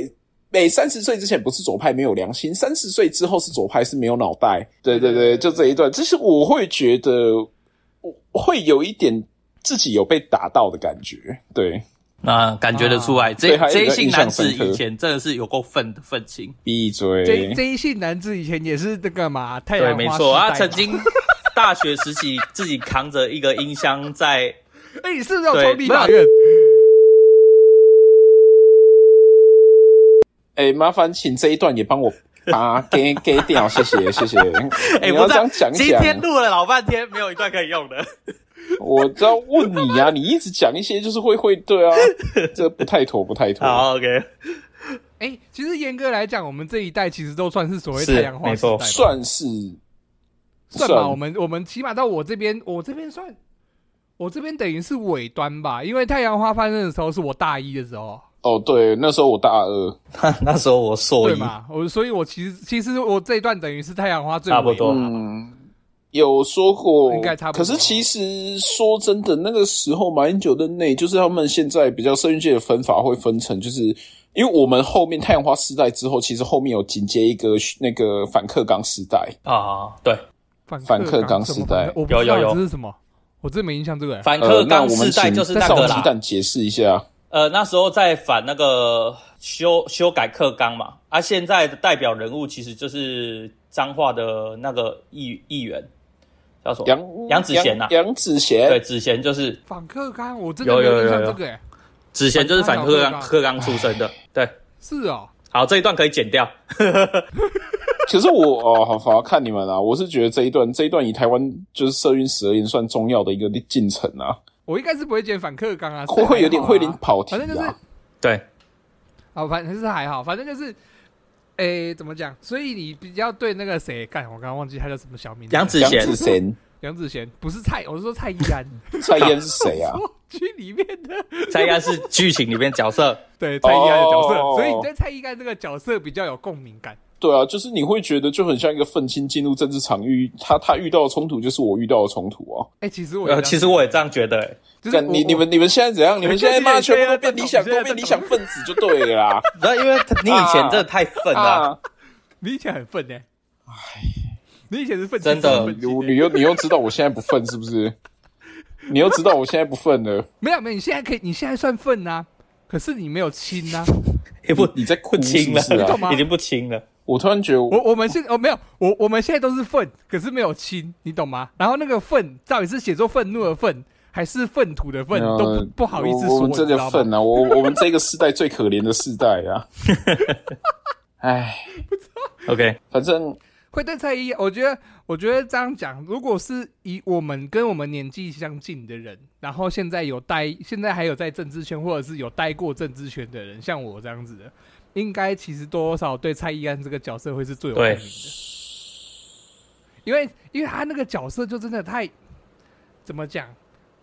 Speaker 1: 每三十岁之前不是左派没有良心，三十岁之后是左派是没有脑袋。对对对，就这一段，就是我会觉得我会有一点自己有被打到的感觉，对
Speaker 4: 那感觉得出来，这
Speaker 1: 对还有一
Speaker 4: 这
Speaker 1: 个
Speaker 4: 一性男子
Speaker 1: 印象深刻
Speaker 4: 以前真的是有够愤的愤青，
Speaker 1: 闭
Speaker 2: J
Speaker 1: 嘴，
Speaker 2: J 姓男子以前也是那个嘛，太阳
Speaker 4: 对，
Speaker 2: 花
Speaker 4: 没错，
Speaker 2: 时代
Speaker 4: 他
Speaker 2: 嘛
Speaker 4: 曾经大学时期自己扛着一个音箱在，
Speaker 1: (laughs)
Speaker 2: 哎、你是不是有
Speaker 4: 对
Speaker 2: 抽立法
Speaker 4: 没
Speaker 2: 院？
Speaker 1: 诶、麻烦请这一段也帮我把给给掉，谢谢谢谢。
Speaker 4: 哎、
Speaker 1: 你
Speaker 4: 不
Speaker 1: 要这
Speaker 4: 是啊
Speaker 1: 样讲
Speaker 4: 今
Speaker 1: 讲，
Speaker 4: 天录了老半天，没有一段可以用的。
Speaker 1: 我知道问你啊，你一直讲一些就是会会对啊，这不太妥，不太妥。
Speaker 4: (laughs) 好，OK，
Speaker 2: 哎、其实严格来讲，我们这一代其实都算是所谓
Speaker 4: 是
Speaker 2: 太阳花
Speaker 4: 没
Speaker 2: 时代
Speaker 4: 错
Speaker 2: 吧，
Speaker 1: 算是
Speaker 2: 算吧。
Speaker 1: 算
Speaker 2: 我们我们起码到我这边，我这边算，我这边等于是尾端吧，因为太阳花翻身的时候是我大一的时候，
Speaker 1: 哦，对，那时候我大二，
Speaker 4: 那时候我硕
Speaker 2: 对
Speaker 4: 一，
Speaker 2: 嘛？我所以，我其实其实我这一段等于是太阳花最
Speaker 4: 差不
Speaker 2: 尾
Speaker 4: 多
Speaker 2: 嘛
Speaker 1: 嗯，有说过，
Speaker 2: 应该差不
Speaker 1: 可
Speaker 2: 多
Speaker 1: 是其实说真的，那个时候马英九任内，就是他们现在比较社运界的分法会分成，就是因为我们后面太阳花时代之后，其实后面有紧接一个那个反克刚时代，
Speaker 4: 啊，对，
Speaker 2: 反
Speaker 1: 反克
Speaker 2: 纲
Speaker 1: 纲
Speaker 2: 什
Speaker 1: 时
Speaker 2: 么
Speaker 1: 代
Speaker 2: 反克我不知道
Speaker 4: 有有有
Speaker 2: 这是什么？我真没印象这个、欸。
Speaker 4: 反
Speaker 1: 呃
Speaker 4: 克，
Speaker 1: 那
Speaker 4: 刚
Speaker 1: 我
Speaker 4: 世
Speaker 1: 们
Speaker 4: 代
Speaker 1: 请
Speaker 4: 就是那
Speaker 1: 少
Speaker 4: 个
Speaker 1: 鸡
Speaker 4: 啦，
Speaker 1: 蛋解释一下，
Speaker 4: 呃，那时候在反那个修修改课纲嘛，啊，现在的代表人物其实就是彰化的那个议议员，叫什么？
Speaker 1: 杨
Speaker 4: 杨子贤呐、
Speaker 1: 杨子贤，
Speaker 4: 对，子贤就是
Speaker 2: 反克刚，我真的没有印象这个、欸，
Speaker 4: 子贤就是反课
Speaker 2: 反
Speaker 4: 纲
Speaker 2: 课
Speaker 4: 课纲出身的，对。
Speaker 2: 是哦，
Speaker 4: 好，这一段可以剪掉。
Speaker 1: 可是我哦，好，好看你们啦。我是觉得这一段，这一段以台湾就是社运十二年算重要的一个进程啊，
Speaker 2: 我应该是不会剪反克刚
Speaker 1: (laughs)
Speaker 2: 啊，
Speaker 1: 会会有点会有点
Speaker 2: 零
Speaker 1: 跑题
Speaker 2: 反正就是
Speaker 1: 啊。
Speaker 4: 对，
Speaker 2: 好，反正是还好，反正就是。诶，怎么讲？所以你比较对那个谁干？我刚刚忘记他叫什么小名字。
Speaker 4: 杨子
Speaker 1: 杨
Speaker 4: 贤
Speaker 1: 子贤，
Speaker 2: 杨子贤不是蔡，我是说蔡依安，
Speaker 1: 蔡依安是谁 (laughs) 啊？
Speaker 2: 我剧里面的
Speaker 4: 蔡依安是剧情里面角色，
Speaker 2: 对蔡依安的角色，
Speaker 1: 哦
Speaker 2: 所以你对蔡依安这个角色比较有共鸣感。
Speaker 1: 对啊，就是你会觉得就很像一个愤青进入政治场域，他他遇到的冲突就是我遇到的冲突啊。
Speaker 2: 哎、其实我
Speaker 4: 呃，其实我也这样觉得、欸
Speaker 2: 就是
Speaker 1: 干
Speaker 2: 我啊
Speaker 1: 你
Speaker 2: 我
Speaker 1: 你们你们现在怎样？你们
Speaker 2: (laughs)
Speaker 1: 现在骂全部都变理想
Speaker 2: 你
Speaker 1: 都
Speaker 2: 现在在
Speaker 1: 变理想分子就对了
Speaker 2: (laughs)
Speaker 1: 啦。
Speaker 4: 然后因为他你以前真的太愤了、
Speaker 1: 啊，
Speaker 2: 你以前很愤呢、哎，你以前是愤青
Speaker 4: 真的
Speaker 2: 愤青
Speaker 1: 你你又你又知道我现在不愤是不是？你又知道我现在不愤了？
Speaker 2: 没有没有，你现在可以，你现在算愤啊，可是你没有亲啊。
Speaker 4: 也不
Speaker 1: 你在
Speaker 4: 不
Speaker 1: 哭是
Speaker 4: 清
Speaker 1: 不
Speaker 4: 了，
Speaker 1: 是
Speaker 2: 你
Speaker 1: 啊
Speaker 2: 懂？吗
Speaker 4: 已经不清了。
Speaker 1: 我突然觉得我
Speaker 2: 我我们现哦没有，我我们现在都是愤，可是没有亲，你懂吗？然后那个愤到底是写作愤怒的愤，还是粪土的粪，
Speaker 1: 嗯
Speaker 2: 都不不好意思
Speaker 1: 我
Speaker 2: 说，
Speaker 1: 我们这
Speaker 2: 你知
Speaker 1: 个
Speaker 2: 道吗？
Speaker 1: 份啊，我我们这个世代最可怜的世代
Speaker 2: (laughs)
Speaker 1: 啊。唉，
Speaker 4: OK，
Speaker 1: 反正
Speaker 2: 会对蔡依，我觉得，我觉得这样讲，如果是以我们跟我们年纪相近的人，然后现在有待，现在还有在政治圈或者是有待过政治圈的人，像我这样子的，应该其实多多少少对蔡依安这个角色会是最有共
Speaker 4: 对
Speaker 2: 鸣的，因为因为他那个角色就真的太，怎么讲？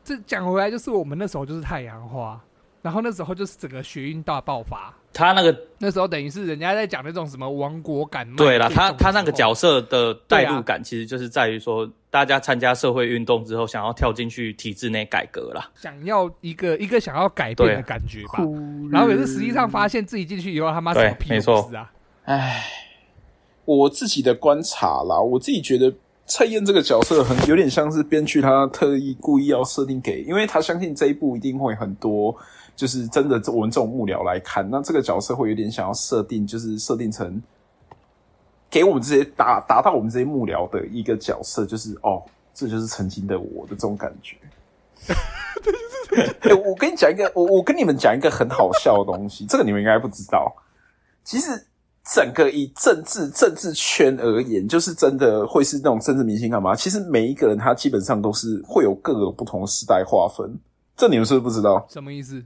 Speaker 2: 这讲回来就是我们那时候就是太阳花，然后那时候就是整个学运大爆发。
Speaker 4: 他那个
Speaker 2: 那时候等于是人家在讲那种什么亡国感嘛，
Speaker 4: 对了，
Speaker 2: 这种
Speaker 4: 他
Speaker 2: 的
Speaker 4: 他那个
Speaker 2: 时候
Speaker 4: 角色的代入感，其实就是在于说，大家参加社会运动之后，想要跳进去体制内改革啦。
Speaker 2: 想要一个一个想要改变的
Speaker 4: 对
Speaker 2: 感觉吧。然后可是实际上发现自己进去以后，他妈什么
Speaker 4: 对
Speaker 2: 屁
Speaker 4: 没
Speaker 2: 都
Speaker 4: 错
Speaker 2: 不是啊！
Speaker 1: 我自己的观察啦，我自己觉得蔡燕这个角色很有点像是编剧他特意故意要设定给，因为他相信这一部一定会很多，就是真的我们这种幕僚来看，那这个角色会有点想要设定，就是设定成给我们这些达达到我们这些幕僚的一个角色，就是哦，这就是曾经的我的这种感觉。哎、我跟你讲一个，我我跟你们讲一个很好笑的东西，这个你们应该不知道。其实整个以政治政治圈而言，就是真的会是那种政治明星干嘛？其实每一个人他基本上都是会有各个不同的时代划分，这你们是不是不知道
Speaker 2: 什么意思？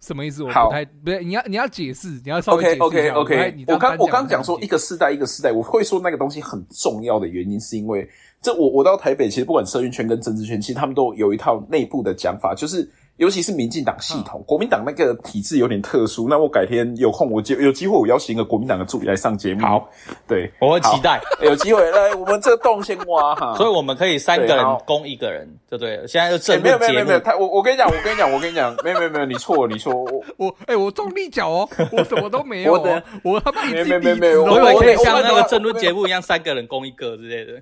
Speaker 2: 什么意思？我
Speaker 1: 好
Speaker 2: 不太不是你要你要解释，你要稍微解释
Speaker 1: ？OK
Speaker 2: 一下
Speaker 1: OK
Speaker 2: 我不太
Speaker 1: OK，
Speaker 2: 你
Speaker 1: 我
Speaker 2: 这样
Speaker 1: 刚
Speaker 2: 单
Speaker 1: 我刚讲
Speaker 2: 不太
Speaker 1: 说
Speaker 2: 理
Speaker 1: 一
Speaker 2: 解
Speaker 1: 个世代一个世代，我会说那个东西很重要的原因，是因为这我我到台北，其实不管社运圈跟政治圈，其实他们都有一套内部的讲法，就是。尤其是民进党系
Speaker 2: 嗯
Speaker 1: 统，国民党那个体制有点特殊。那我改天有空，我就有机会我邀请一个国民党的助理来上节目。
Speaker 4: 好，
Speaker 1: 对，
Speaker 4: 我很期待，
Speaker 1: 有机会来我们这个洞先挖
Speaker 4: (laughs)
Speaker 1: 哈。
Speaker 4: 所以我们可以三个
Speaker 1: 对
Speaker 4: 人
Speaker 1: 好
Speaker 4: 攻一个人，对不对？现在就
Speaker 1: 哎
Speaker 4: 正
Speaker 1: 没有
Speaker 4: 入
Speaker 1: 没有没
Speaker 4: 节
Speaker 1: 有没有，
Speaker 4: 目，
Speaker 1: 他我我跟你讲，我跟你讲，我跟你讲，没有没有没有，你错了你错了，我
Speaker 2: 我哎、我中立脚
Speaker 1: (laughs)
Speaker 2: 哦，我什么都没有、
Speaker 1: 我的
Speaker 2: 哦，我他妈一
Speaker 1: 没有
Speaker 2: 自己
Speaker 1: 没有没有
Speaker 2: 离
Speaker 1: 没有
Speaker 2: 职哦
Speaker 4: 我以为可以像那
Speaker 1: 我我
Speaker 4: 个政论节目一样，三个人攻一个之类的。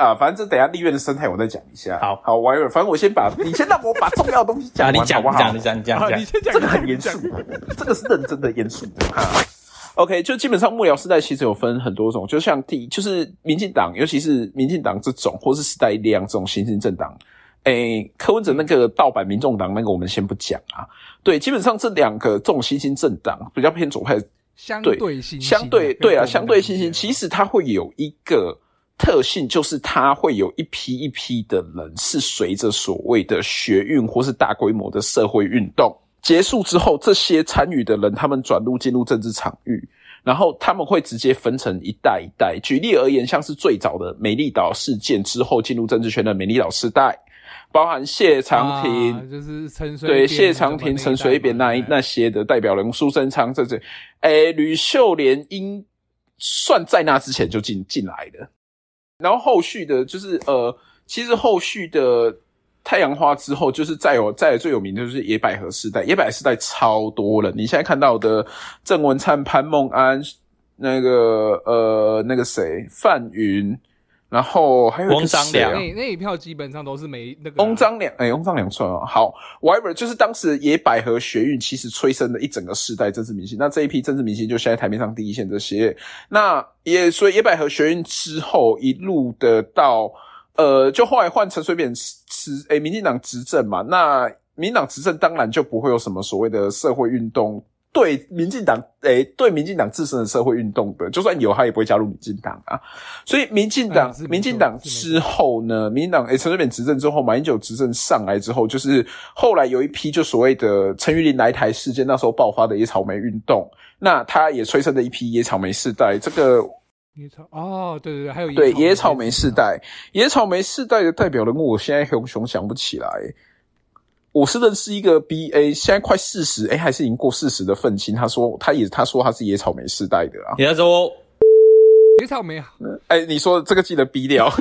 Speaker 1: 啊，反正这等一下立院的生态我再讲一下。
Speaker 4: 好
Speaker 1: 好，我还以为反正我先把你先让我把重要的东 (laughs) 西讲
Speaker 4: (laughs) 啊，
Speaker 1: 完，
Speaker 4: 你讲，
Speaker 1: 好不
Speaker 4: 你
Speaker 1: 好
Speaker 4: 讲，你讲，你讲，
Speaker 2: 啊，
Speaker 4: 你
Speaker 2: 你先
Speaker 4: 讲
Speaker 2: 讲，
Speaker 1: 这个很
Speaker 2: 你
Speaker 1: 严
Speaker 2: 先
Speaker 1: 肃啊
Speaker 2: 讲，
Speaker 1: 这个是认真的严肃的哈。OK，就基本上幕僚时代其实有分很多种，就像第就是民进党，尤其是民进党这种，或是时代力量这种新兴政党。诶、柯文哲那个盗版民众党那个我们先不讲啊。对，基本上这两个这种新兴政党比较偏左派的
Speaker 2: 相
Speaker 1: 对
Speaker 2: 对性，
Speaker 1: 相对对啊，相对信心，
Speaker 2: 实
Speaker 1: 其实它会有一个特性，就是它会有一批一批的人是随着所谓的学运或是大规模的社会运动结束之后，这些参与的人他们转入进入政治场域。然后他们会直接分成一代一代。举例而言，像是最早的美丽岛事件之后进入政治圈的美丽岛时代，包含谢长廷、
Speaker 2: 啊、就是陈水
Speaker 1: 对
Speaker 2: 扁
Speaker 1: 谢长廷、陈水扁那一那些的代表人物，苏贞昌这这，诶，吕秀莲应算在那之前就进进来的，然后后续的就是呃，其实后续的太阳花之后，就是再有再有最有名的就是野百合世代，野百合世代超多了，你现在看到的郑文灿、潘梦安，那个呃那个谁范云。然后还有一个谁啊
Speaker 4: 翁章
Speaker 2: 那那一票基本上都是没那个啊
Speaker 1: 翁章良，哎、翁章良算了。好，whatever，就是当时野百合学运其实催生了一整个世代政治明星。那这一批政治明星就现在台面上第一线这些。那也所以野百合学运之后一路的到呃，就后来换陈水扁执哎、民进党执政嘛。那民进党执政当然就不会有什么所谓的社会运动。对民进党，诶、对民进党自身的社会运动的，就算有，他也不会加入民进党啊。所以民进党
Speaker 2: 嗯是没，错
Speaker 1: 民进党
Speaker 2: 是没
Speaker 1: 之
Speaker 2: 错
Speaker 1: 后呢，民进党诶，陈水扁执政之后，马英九执政上来之后，就是后来有一批就所谓的陈玉林来台事件，那时候爆发的野草莓运动，那他也催生了一批野草莓世代。这个
Speaker 2: 野草哦，对对对，还有
Speaker 1: 对野
Speaker 2: 野
Speaker 1: 草莓世代，野草莓世代的代表人物，我现在熊熊想不起来。我是认识一个 B A，现在快四十，哎，还是已经过四十的愤青，他说他也他说他是野草莓世代的啊。
Speaker 4: 你那时候
Speaker 2: 野草莓啊，
Speaker 1: 哎、你说这个记得逼掉。 (laughs)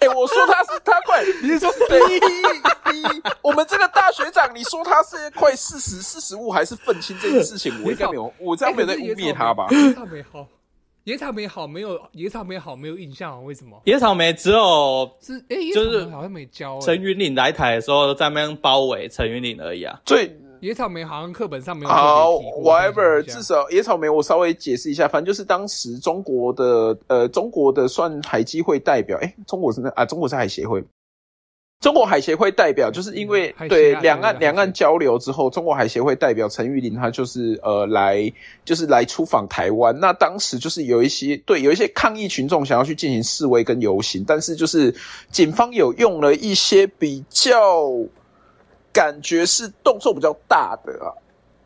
Speaker 1: 哎、我说他是他快
Speaker 2: (laughs) 你是说
Speaker 1: 逼逼，我们这个大学长，你说他是快四十四十五还是愤青这件事情，我应该没有，我这样没有在污蔑他
Speaker 2: (laughs)
Speaker 1: 吧？
Speaker 2: 哎野草莓好，野草莓好没有野草莓好没有印象啊，为什么？
Speaker 4: 野草莓只有
Speaker 2: 是哎，野
Speaker 4: 就是
Speaker 2: 草莓好像没教哎
Speaker 4: 陈云岭来台的时候在那边包围陈云岭而已啊。
Speaker 1: 最
Speaker 2: 野草莓好像课本上没有特别
Speaker 1: 好
Speaker 2: 提过
Speaker 1: ，whatever，
Speaker 2: 这
Speaker 1: 至少野草莓我稍微解释一下，反正就是当时中国的呃，中国的算海基会代表，哎、中国是那啊，中国是海协会。中国海协会代表，就是因为
Speaker 2: 嗯海协啊
Speaker 1: 对
Speaker 2: 对
Speaker 1: 两岸
Speaker 2: 对
Speaker 1: 两
Speaker 2: 海
Speaker 1: 岸
Speaker 2: 协
Speaker 1: 交流之后，中国海协会代表陈玉林他就是呃来就是来出访台湾。那当时就是有一些对有一些抗议群众想要去进行示威跟游行，但是就是警方有用了一些比较感觉是动作比较大的啊，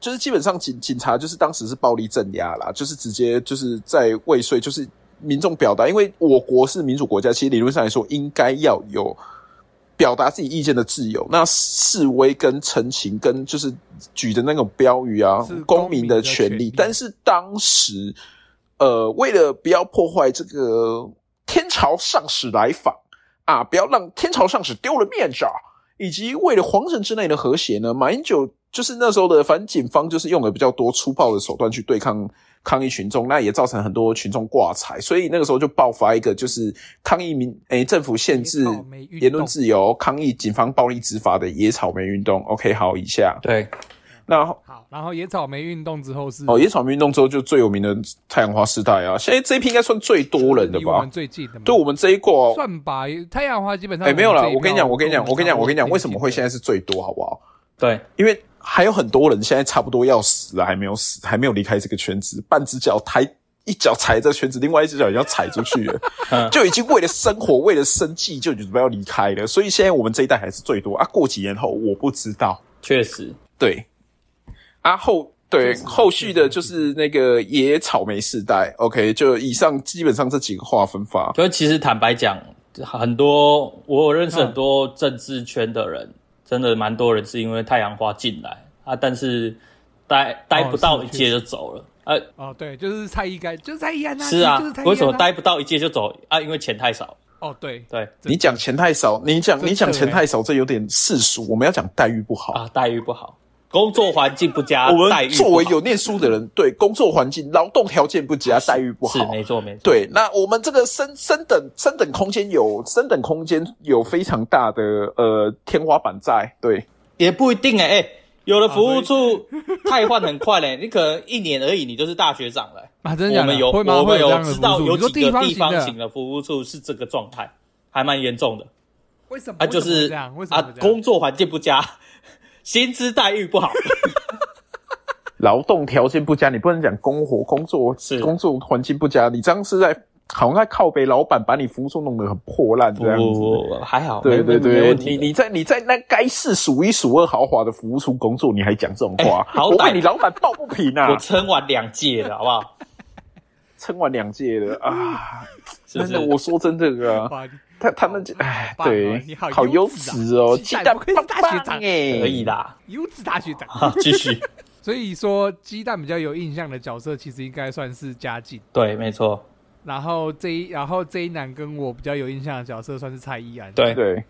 Speaker 1: 就是基本上警警察就是当时是暴力镇压啦，就是直接就是在未遂，就是民众表达，因为我国是民主国家，其实理论上来说应该要有表达自己意见的自由。那示威跟陈情跟就是举的那种标语啊
Speaker 2: 是，
Speaker 1: 公民的
Speaker 2: 公民的
Speaker 1: 权
Speaker 2: 权
Speaker 1: 利
Speaker 2: 利，
Speaker 1: 但是当时呃，为了不要破坏这个天朝上使来访啊，不要让天朝上使丢了面子啊。以及为了皇城之内的和谐呢，马英九就是那时候的，反正警方就是用了比较多粗暴的手段去对抗抗议群众，那也造成很多群众挂彩，所以那个时候就爆发一个就是抗议民诶、政府限制
Speaker 2: 野草莓运动
Speaker 1: 言论自由、抗议警方暴力执法的野草莓运动。OK，好，以下
Speaker 4: 对，
Speaker 1: 那哦
Speaker 2: 好，然后野草莓运动之后是
Speaker 1: 哦，野草莓运动之后就最有名的太阳花时代啊，现在这一批应该算最多人的
Speaker 2: 离我
Speaker 1: 吧
Speaker 2: 们？最近的嘛，
Speaker 1: 对我们这一过、
Speaker 2: 算吧，太阳花基本上
Speaker 1: 哎、没有
Speaker 2: 我们
Speaker 1: 啦，
Speaker 2: 这一
Speaker 1: 我跟你讲，
Speaker 2: 票
Speaker 1: 我跟你讲，
Speaker 2: 都
Speaker 1: 我跟你讲，我跟你讲，
Speaker 2: 差不多
Speaker 1: 为什么会现在是最多，好不好？
Speaker 4: 对，
Speaker 1: 因为还有很多人现在差不多要死了，还没有死， (laughs) 还没有离开这个圈子，半只脚抬一脚踩这个圈子，另外一只脚已经要踩出去
Speaker 2: (laughs)
Speaker 1: 了，
Speaker 4: 嗯
Speaker 1: 就已经为了生活、为了生计就准备要离开了。所以现在我们这一代还是最多啊。过几年后我不知道，
Speaker 4: 确实，
Speaker 1: 对，啊后对
Speaker 2: 确实
Speaker 1: 后续的就是那个野草莓世代，OK，就以上基本上这几个划分法，
Speaker 4: 就其实坦白讲，很多我有认识很多政治圈的人，真的蛮多人是因为太阳花进来啊，但是待待不到
Speaker 2: 是
Speaker 4: 一
Speaker 2: 确
Speaker 4: 届
Speaker 2: 实
Speaker 4: 就走了。呃，
Speaker 2: 哦，对，就是蔡依干，就是蔡依安啊，
Speaker 4: 是啊
Speaker 2: 其实就是蔡依，安
Speaker 4: 为什么待不到一届就走啊？因为钱太少。
Speaker 2: 哦，对，
Speaker 4: 对
Speaker 2: 真的
Speaker 1: 你讲钱太少，你讲
Speaker 2: 真的
Speaker 1: 你讲钱
Speaker 2: 欸
Speaker 1: 太少，这有点世俗，我们要讲待遇不好
Speaker 4: 啊，待遇不好，工作环境不佳，
Speaker 1: 我
Speaker 4: 啊待
Speaker 1: 们
Speaker 4: 遇
Speaker 1: 作为
Speaker 4: 不好
Speaker 1: 有念书的人，对工作环境、劳动条件不佳，待遇不好
Speaker 4: 是。没错没错。
Speaker 1: 对，那我们这个升升等升等空间有升等空间有非常大的呃天花板在，对，
Speaker 4: 也不一定哎、欸有的服务
Speaker 2: 啊
Speaker 4: 处汰换很快嘞、 (laughs) 你可能一年而已，你就是大学长了、
Speaker 2: 啊，真的
Speaker 4: 我
Speaker 2: 假的
Speaker 4: 们有
Speaker 2: 会吗？
Speaker 4: 我
Speaker 2: 会
Speaker 4: 们
Speaker 2: 这样
Speaker 4: 有
Speaker 2: 的
Speaker 4: 知道
Speaker 2: 服务
Speaker 4: 有
Speaker 2: 你说
Speaker 4: 几个
Speaker 2: 方
Speaker 4: 地方
Speaker 2: 型
Speaker 4: 型
Speaker 2: 的，
Speaker 4: 的服务处是这个状态，还蛮严重的
Speaker 2: 为什么
Speaker 4: 啊，就
Speaker 2: 为什么会
Speaker 4: 是
Speaker 2: 这样？为什么
Speaker 4: 啊
Speaker 2: 会这，样
Speaker 4: 工作环境不佳， (laughs) 薪资待遇不好，
Speaker 1: 劳动条件不佳，你不能讲工活工作
Speaker 4: 是
Speaker 1: 工作环境不佳，你这样是在好像在靠北老板把你服务处弄得很破烂
Speaker 4: 不
Speaker 1: 这样子。
Speaker 4: 不不还好，
Speaker 1: 对对
Speaker 4: 没没没
Speaker 1: 对，
Speaker 4: 问题
Speaker 1: 你
Speaker 4: 的。
Speaker 1: 你在你在那该市数一数二豪华的服务处工作，你还讲这种话，
Speaker 4: 哎好
Speaker 1: 我为
Speaker 4: 歹
Speaker 1: 你老板抱不平
Speaker 4: 我
Speaker 1: 啊！
Speaker 4: 撑完两届了，好不好？
Speaker 1: 撑完两届了啊，
Speaker 4: 是不
Speaker 1: 真的，
Speaker 4: (laughs) 是？
Speaker 1: 我说真的啊，
Speaker 2: 哇你
Speaker 1: 他他们就哎，
Speaker 2: 棒哦
Speaker 1: 对
Speaker 2: 你好，
Speaker 1: 好
Speaker 2: 优
Speaker 1: 优
Speaker 2: 质啊
Speaker 1: 质哦，
Speaker 2: 鸡
Speaker 1: 鸡
Speaker 2: 蛋
Speaker 1: 蛋
Speaker 2: 不愧是大学长
Speaker 1: 哎，
Speaker 4: 可以。啦，
Speaker 2: 优质大学长，
Speaker 4: 好，继续。
Speaker 2: 所以说鸡蛋比较有印象的角色，其实应该算是嘉靖。
Speaker 4: 对，没错，哎
Speaker 2: 然后这一，然后这一男跟我比较有印象的角色算是蔡依安。
Speaker 4: 对
Speaker 1: 对，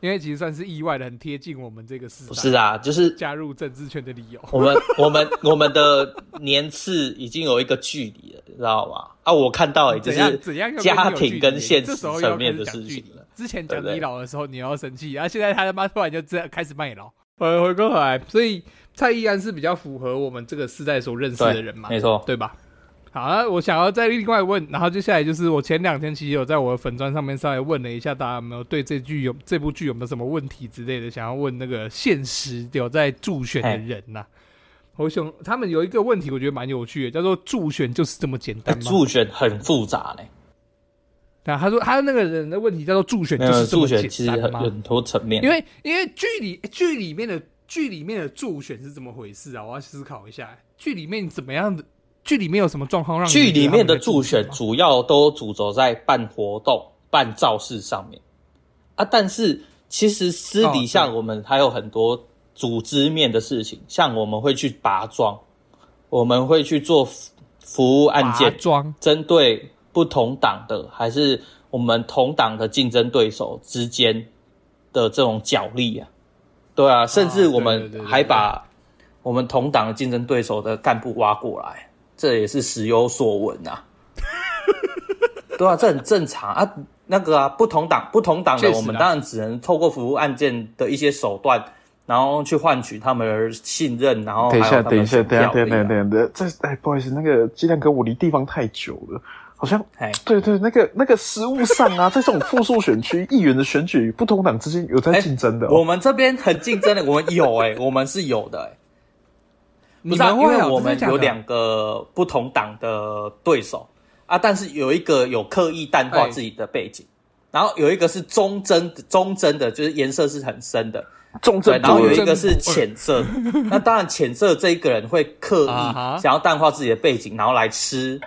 Speaker 2: 因为其实算是意外的，很贴近我们这个时代，
Speaker 4: 不是啊，就是
Speaker 2: 加入政治圈的理由。
Speaker 4: 我们 (laughs) 我们我们的年次已经有一个距离了，你知道吗？啊，我看到也就
Speaker 2: 怎样
Speaker 4: 是
Speaker 2: (laughs) 怎样又
Speaker 4: 家
Speaker 2: 你有距
Speaker 4: 庭
Speaker 2: 离
Speaker 4: 跟现
Speaker 2: 这
Speaker 4: 实
Speaker 2: 时候又要
Speaker 4: 层
Speaker 2: 开
Speaker 4: 面
Speaker 2: 始
Speaker 4: 的
Speaker 2: 讲
Speaker 4: 事
Speaker 2: 距
Speaker 4: 情
Speaker 2: 离
Speaker 4: 了。
Speaker 2: 之前讲
Speaker 4: 对不对
Speaker 2: 你老的时候，你要生气，然后现在他他妈突然就这样开始卖老。回回过头来，所以蔡依安是比较符合我们这个世代所认识的人嘛，
Speaker 4: 没错，
Speaker 2: 对吧？好，那我想要再另外问，然后接下来就是我前两天其实有在我的粉砖上面稍微问了一下大家有没有对这剧有这部剧有没有什么问题之类的，想要问那个现实有在助选
Speaker 4: 哎
Speaker 2: 的人呐、我想他们有一个问题，我觉得蛮有趣的，叫做助选就是这么简单吗？
Speaker 4: 助哎选很复杂嘞，
Speaker 2: 那他说他那个人的问题叫做助选
Speaker 4: 没
Speaker 2: 就
Speaker 4: 有
Speaker 2: 是这
Speaker 4: 助
Speaker 2: 么
Speaker 4: 选其
Speaker 2: 简
Speaker 4: 实
Speaker 2: 单
Speaker 4: 很
Speaker 2: 吗？
Speaker 4: 很多层面，
Speaker 2: 因为因为剧里剧里面的剧里面的助选是怎么回事啊？我要思考一下，剧里面怎么样的？剧里面有什么状况让你
Speaker 4: 剧
Speaker 2: 觉得
Speaker 4: 里
Speaker 2: 他们
Speaker 4: 面的
Speaker 2: 在
Speaker 4: 助选
Speaker 2: 吗
Speaker 4: 主要都主轴在办活动、办造势上面啊，但是其实私底下
Speaker 2: 哦
Speaker 4: 我们还有很多组织面的事情，像我们会去拔桩，我们会去做服服务案件
Speaker 2: 拔，桩
Speaker 4: 针对不同党的还是我们同党的竞争对手之间的这种角力啊，对啊，甚至我
Speaker 2: 对对
Speaker 4: 们
Speaker 2: 对对
Speaker 4: 还把我们同党的竞争对手的干部挖过来，这也是时有所闻啊。 (laughs) 对啊，这很正常啊。那个啊，不同党不同党
Speaker 2: 确
Speaker 4: 的，
Speaker 2: 实啊
Speaker 4: 我们当然只能透过服务案件的一些手段，然后去换取他们的信任，然后还
Speaker 3: 等一下，
Speaker 4: 有他
Speaker 3: 哦等一
Speaker 4: 们
Speaker 3: 下，
Speaker 4: 的
Speaker 3: 等一下，
Speaker 4: 票
Speaker 3: 等一下，
Speaker 4: 力啊。
Speaker 3: 等一下，这哎，不好意思，那个鸡蛋哥，我离地方太久了，好像
Speaker 4: 哎，
Speaker 3: 对对，那个那个实物上啊，在这种复数选区，议员的选举，不同党之间有在
Speaker 4: 哎
Speaker 3: 竞争的、哦
Speaker 4: 我们这边很竞争的，我们有哎、我们是有
Speaker 2: (laughs)
Speaker 4: 的哎、不
Speaker 2: 你
Speaker 4: 是、啊，
Speaker 2: 们
Speaker 4: 因
Speaker 2: 会
Speaker 4: 为
Speaker 2: 啊
Speaker 4: 我
Speaker 2: 真的
Speaker 4: 们
Speaker 2: 假的
Speaker 4: 有两个不同党的对手啊，但是有一个有刻意淡化
Speaker 2: 哎
Speaker 4: 自己的背景，然后有一个是忠贞忠贞的，就是颜色是很深的，
Speaker 3: 重
Speaker 4: 对，
Speaker 3: 症
Speaker 4: 然后
Speaker 3: 部
Speaker 4: 有
Speaker 3: 位
Speaker 4: 一个是
Speaker 2: (laughs)
Speaker 4: 浅色的。那当然，浅色这一个人会刻
Speaker 2: 啊哈
Speaker 4: 意想要淡化自己的背景，然后来吃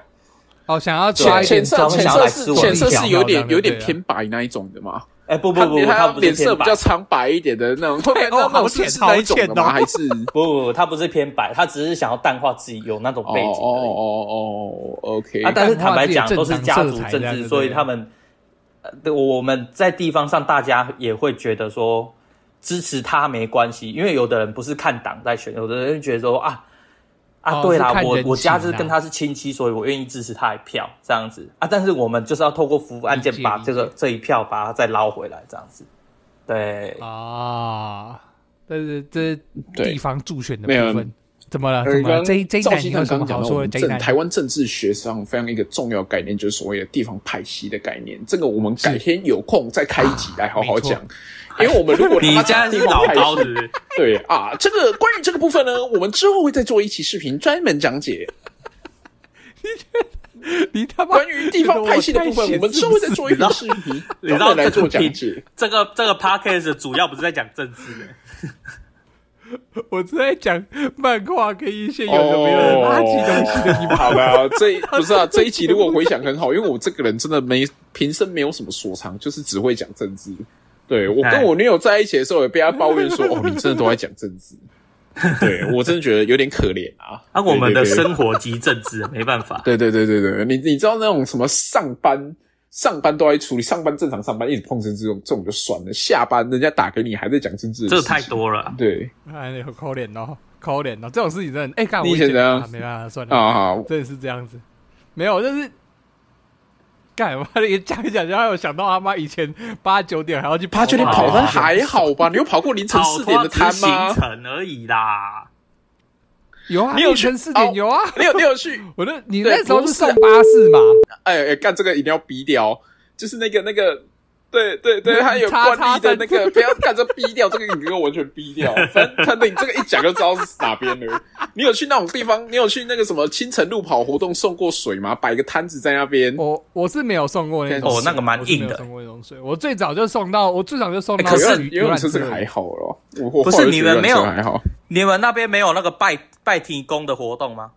Speaker 2: 哦，想要
Speaker 4: 对
Speaker 2: 抓一点
Speaker 4: 浅色
Speaker 2: 脏
Speaker 4: 浅
Speaker 2: 想
Speaker 4: 色
Speaker 2: 要来
Speaker 4: 是
Speaker 2: 吃我
Speaker 4: 浅
Speaker 2: 的
Speaker 4: 色
Speaker 2: 一条
Speaker 4: 是
Speaker 2: 这样就对啊了
Speaker 3: 白那一种的嘛？
Speaker 4: 哎、不不
Speaker 3: 他
Speaker 4: 不不，
Speaker 3: 他
Speaker 4: 不是偏白，
Speaker 3: 苍白一点的那种，会不会
Speaker 2: (laughs) 哦好浅好浅哦
Speaker 3: 还是
Speaker 4: 不不不，他不是偏白，他只是想要淡化自己有那 (laughs) 种背景而已。
Speaker 2: 哦
Speaker 3: 哦，OK
Speaker 4: 啊，但是坦白讲，
Speaker 2: 淡化
Speaker 4: 都
Speaker 2: 自己的
Speaker 4: 是家
Speaker 2: 正
Speaker 4: 族
Speaker 2: 常色彩
Speaker 4: 政
Speaker 2: 这样子
Speaker 4: 治，所以他们，呃，对我我们在地方上，大家也会觉得说支持他没关系，因为有的人不是看党在选，有的人就觉得说啊啊，
Speaker 2: 哦
Speaker 4: 对啦
Speaker 2: 是，看
Speaker 4: 我
Speaker 2: 人
Speaker 4: 我
Speaker 2: 情
Speaker 4: 家就是
Speaker 2: 啊
Speaker 4: 跟他是亲戚，所以我愿意支持他一票这样子啊。但是我们就是要透过服务案件
Speaker 2: 理解
Speaker 4: 把
Speaker 2: 理
Speaker 4: 这个
Speaker 2: 解
Speaker 4: 这一票把它再捞回来这样子，对。
Speaker 2: 啊。但是这
Speaker 3: 对
Speaker 2: 地方助选的
Speaker 3: 没有
Speaker 2: 部分怎么了？怎
Speaker 3: 而
Speaker 2: 么了？
Speaker 3: 刚
Speaker 2: 这一这一
Speaker 3: 赵
Speaker 2: 男
Speaker 3: 新
Speaker 2: 有
Speaker 3: 刚
Speaker 2: 什么
Speaker 3: 刚讲
Speaker 2: 好
Speaker 3: 到，
Speaker 2: 说
Speaker 3: 我
Speaker 2: 的？
Speaker 3: 们
Speaker 2: 这一
Speaker 3: 政
Speaker 2: 男
Speaker 3: 台湾政治学上非常一个重要概念，就是所谓的地方派系的概念。这个我们改天有空再开一集来好好讲，因为我们如果
Speaker 5: 你
Speaker 3: 他妈
Speaker 5: 家
Speaker 3: 讲
Speaker 5: 是
Speaker 3: 地方
Speaker 5: 老
Speaker 3: 派
Speaker 5: 高
Speaker 3: 系，
Speaker 5: 是不是？
Speaker 3: 对啊，这个关于这个部分呢，我们之后会再做一期视频专门讲解。
Speaker 2: 你他妈
Speaker 3: 关于地方派系的部分，我们之后会再做一
Speaker 2: 个
Speaker 3: 个视频，
Speaker 4: 你知
Speaker 3: 专
Speaker 4: 道
Speaker 3: 门
Speaker 4: 这
Speaker 3: 来
Speaker 4: 个
Speaker 3: 做讲
Speaker 4: 频
Speaker 3: 解。
Speaker 4: 这个这个 podcast 主要不是在讲政治的，
Speaker 2: 我是在讲漫画跟一些有的没有的垃圾东西的地方。
Speaker 3: 哦好啦，这不是啊，这一集如果回想很好，因为我这个人真的没平生没有什么所长，就是只会讲政治。对我跟我女友在一起的时候，也被她抱怨说：“哦，你真的都在讲政治。对”我真的觉得有点可怜啊。
Speaker 5: 啊，我们的
Speaker 3: 对对对
Speaker 5: 生活及政治没办法。
Speaker 3: 对对对对对，你你知道那种什么上班上班都在处理，上班正常上班一直碰政治这种这种就算了，下班人家打给你还在讲政治，
Speaker 5: 这个太。多了啊，
Speaker 3: 对
Speaker 2: 哎，好抠脸哦，抠脸哦，这种事情真的，哎，看我
Speaker 3: 你以前
Speaker 2: 以前啊
Speaker 3: 怎样
Speaker 2: 没办法，算了。
Speaker 3: 啊，好
Speaker 2: 真的是这样子，没有，就是干妈的也讲一讲，然后我想到他妈以前八九点还要去啊
Speaker 3: 八九点
Speaker 4: 啊
Speaker 2: 马
Speaker 3: 跑
Speaker 2: 拉
Speaker 3: 那
Speaker 2: 松
Speaker 3: 还好吧？你有跑过
Speaker 4: (laughs)
Speaker 3: 凌晨
Speaker 5: 跑
Speaker 3: 四点的
Speaker 5: 只
Speaker 3: 摊
Speaker 5: 是
Speaker 3: 吗
Speaker 5: 行？程而已啦。
Speaker 2: 有啊，
Speaker 3: 你有
Speaker 2: 凌
Speaker 3: 去
Speaker 2: 晨四点
Speaker 3: 哦
Speaker 2: 有啊，
Speaker 3: (laughs) 你有你有去？
Speaker 2: 我那你
Speaker 3: 对
Speaker 2: 那时候
Speaker 3: 不
Speaker 2: 是
Speaker 3: 是
Speaker 2: 上巴士嘛？
Speaker 3: 哎哎，干这个一定要逼掉，就是那个那个，对对对，他有
Speaker 2: 叉叉
Speaker 3: 惯例的那个，不要干这逼掉，这个你给我完全逼掉。反正反正你这个一讲就知道是哪边了。你有去那种地方？你有去那个什么清晨路跑活动送过水吗？摆个摊子在那边。
Speaker 2: 我我是没有送过那种水，
Speaker 3: 哦那
Speaker 4: 个蛮
Speaker 2: 我是没有
Speaker 4: 硬的
Speaker 2: 送过那种水，我最早就送到，我最早就送到
Speaker 3: 哎可
Speaker 2: 游
Speaker 3: 是游
Speaker 2: 游
Speaker 3: 泳
Speaker 2: 览
Speaker 3: 池这
Speaker 2: 车
Speaker 3: 个还
Speaker 2: 里。
Speaker 3: 好咯，我我
Speaker 4: 不是
Speaker 3: 后来就觉
Speaker 4: 你
Speaker 3: 得
Speaker 4: 们没有
Speaker 3: 游览车还好。
Speaker 4: 你们那边没有那个拜拜天公的活动吗？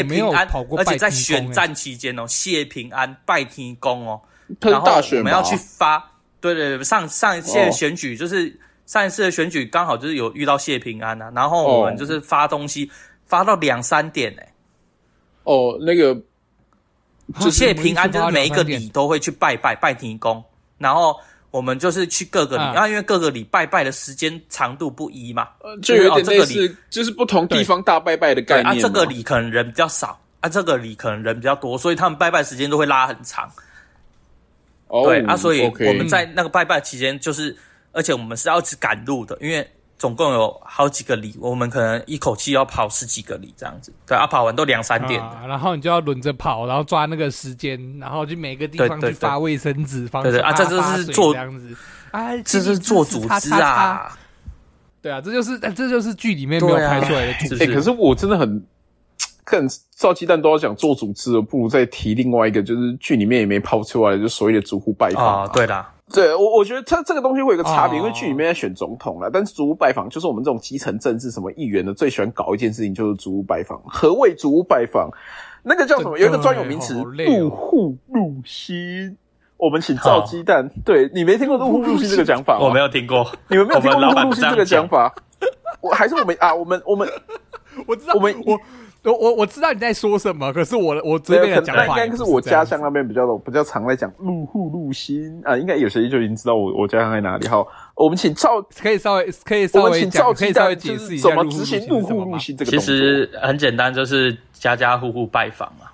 Speaker 2: 哦我没有
Speaker 4: 平安，
Speaker 2: 跑过
Speaker 4: 而
Speaker 2: 拜天
Speaker 4: 且在
Speaker 2: 公欸
Speaker 4: 选战期间哦，谢平安拜天公哦，
Speaker 3: 他
Speaker 4: 然
Speaker 3: 是
Speaker 4: 后
Speaker 3: 大学
Speaker 4: 我
Speaker 3: 嘛
Speaker 4: 们要去发，对对对，上上一次
Speaker 3: 哦
Speaker 4: 的选举就是、上一次的选举刚好就是有遇到谢平安啊，然后我们
Speaker 3: 哦
Speaker 4: 就是发东西、发到两三点哎、
Speaker 3: 哦，那个
Speaker 2: 啊
Speaker 1: 啊
Speaker 4: 谢平安就是每一个
Speaker 2: 你们
Speaker 4: 里
Speaker 2: 啊去
Speaker 4: 都会去拜拜拜天公，然后
Speaker 1: 我们就是去各个礼，
Speaker 2: 嗯
Speaker 1: 啊，因为各个礼拜拜的时间长度不一嘛，
Speaker 3: 呃就有
Speaker 1: 哦
Speaker 3: 点
Speaker 1: 这个
Speaker 3: 类
Speaker 1: 礼
Speaker 3: 似，就是不同地方大拜拜的概
Speaker 1: 对啊，
Speaker 3: 念嘛。
Speaker 1: 这个里可能人比较少，啊，这个里可能人比较多，所以他们拜拜时间都会拉很长。
Speaker 3: 哦，
Speaker 1: 对啊，所以
Speaker 3: OK
Speaker 1: 我们在
Speaker 2: 嗯
Speaker 1: 那个拜拜期间，就是而且我们是要去赶路的，因为总共有好几个里，我们可能一口气要跑十几个里这样子。对啊，跑完都两三点了。
Speaker 2: 啊，然后你就要轮着跑，然后抓那个时间，然后去每个地方
Speaker 1: 对
Speaker 2: 去
Speaker 1: 对
Speaker 2: 发卫生纸，防
Speaker 1: 对对
Speaker 2: 止
Speaker 1: 啊
Speaker 2: 它
Speaker 1: 这就是
Speaker 2: 发水
Speaker 1: 做
Speaker 2: 这样子，啊，
Speaker 1: 这是做组织
Speaker 2: 叉叉叉。
Speaker 1: 啊，
Speaker 2: 对啊，这就是哎这就是剧里面没有
Speaker 1: 对啊
Speaker 2: 拍出来的组
Speaker 1: 是
Speaker 2: 织。
Speaker 1: 不
Speaker 3: 哎、可是我真的很，看造鸡蛋都要讲做组织了，不如再提另外一个，就是剧里面也没抛出来，就所谓的族户拜访嘛
Speaker 1: 哦，对啦，
Speaker 3: 对我，我觉得它这个东西会有一个差
Speaker 1: 啊
Speaker 2: 哦
Speaker 3: 别，因为剧里面在选总统啦，但是族屋拜访就是我们这种基层政治什么议员的最喜欢搞一件事情，就是族屋拜访。何谓族屋拜访？那个叫什么？
Speaker 2: 真的
Speaker 3: 有一个专有名词
Speaker 2: 好，累哦
Speaker 3: 入户入心。我们请造鸡蛋，对你没听过入户入心这个讲法吗？
Speaker 4: 我没有听过，
Speaker 3: 啊 (laughs) 你们没有听过
Speaker 4: 我们老
Speaker 3: 入户
Speaker 4: 板
Speaker 3: 入
Speaker 4: 不这
Speaker 3: 心
Speaker 4: 样
Speaker 3: 这个讲法？我还是我们啊，我们 (laughs) 我们
Speaker 2: 我知道，
Speaker 3: 我们
Speaker 2: 我我我我知道你在说什么，可是我我这
Speaker 3: 对，
Speaker 2: 边
Speaker 3: 可
Speaker 2: 的
Speaker 3: 能
Speaker 2: 讲
Speaker 3: 那应
Speaker 2: 法也
Speaker 3: 该
Speaker 2: 不
Speaker 3: 是
Speaker 2: 是
Speaker 3: 我
Speaker 2: 这样
Speaker 3: 家
Speaker 2: 子
Speaker 3: 乡那边比较比较常来讲入户入心啊，应该有谁就已经知道我我家乡在哪里。好，我们请赵，
Speaker 2: 可以稍微可以稍
Speaker 3: 我们
Speaker 2: 微
Speaker 3: 请
Speaker 2: 讲，
Speaker 3: 赵
Speaker 2: 可
Speaker 3: 鸡
Speaker 2: 以稍微解
Speaker 3: 蛋就
Speaker 2: 释
Speaker 3: 是
Speaker 2: 一下
Speaker 3: 怎么
Speaker 2: 入户
Speaker 3: 执
Speaker 2: 入
Speaker 3: 行
Speaker 2: 侵
Speaker 3: 入
Speaker 2: 是什
Speaker 3: 户
Speaker 2: 么
Speaker 3: 入
Speaker 2: 吗？
Speaker 3: 心这个
Speaker 4: 其
Speaker 3: 动作。
Speaker 4: 实很简单，就是家家户户拜访嘛。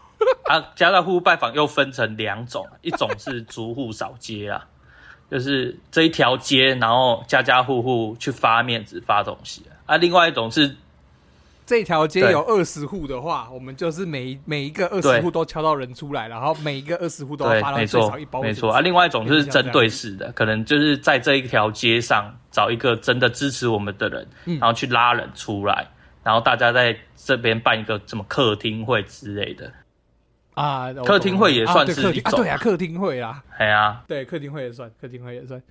Speaker 4: 啊，家家户户拜访又分成两种，一种是逐户扫街啊， (laughs) 就是这一条街，然后家家户户去发面子、发东西啊；另外一种是
Speaker 2: 这条街
Speaker 4: 对
Speaker 2: 有二十户的话，我们就是每一每一个二十
Speaker 4: 对
Speaker 2: 户都敲到人出来，然后每一个二十户都要
Speaker 4: 对
Speaker 2: 发，到
Speaker 4: 没
Speaker 2: 最少
Speaker 4: 错
Speaker 2: 一包，
Speaker 4: 没
Speaker 2: 卫生
Speaker 4: 错啊。
Speaker 2: 纸
Speaker 4: 另外一种就是针对式的，可能就是在这一条街上找一个真的支持我们的人，
Speaker 2: 嗯
Speaker 4: 然后去拉人出来，然后大家在这边办一个什么客厅会之类的。
Speaker 2: 啊，我懂
Speaker 4: 客厅会也
Speaker 2: 啊
Speaker 4: 算
Speaker 2: 对
Speaker 4: 是
Speaker 2: 客
Speaker 4: 一
Speaker 2: 厅啊
Speaker 4: 种
Speaker 2: 对啊，客厅会啦，
Speaker 4: 哎呀，
Speaker 2: 对，客厅会也算，客厅会也算。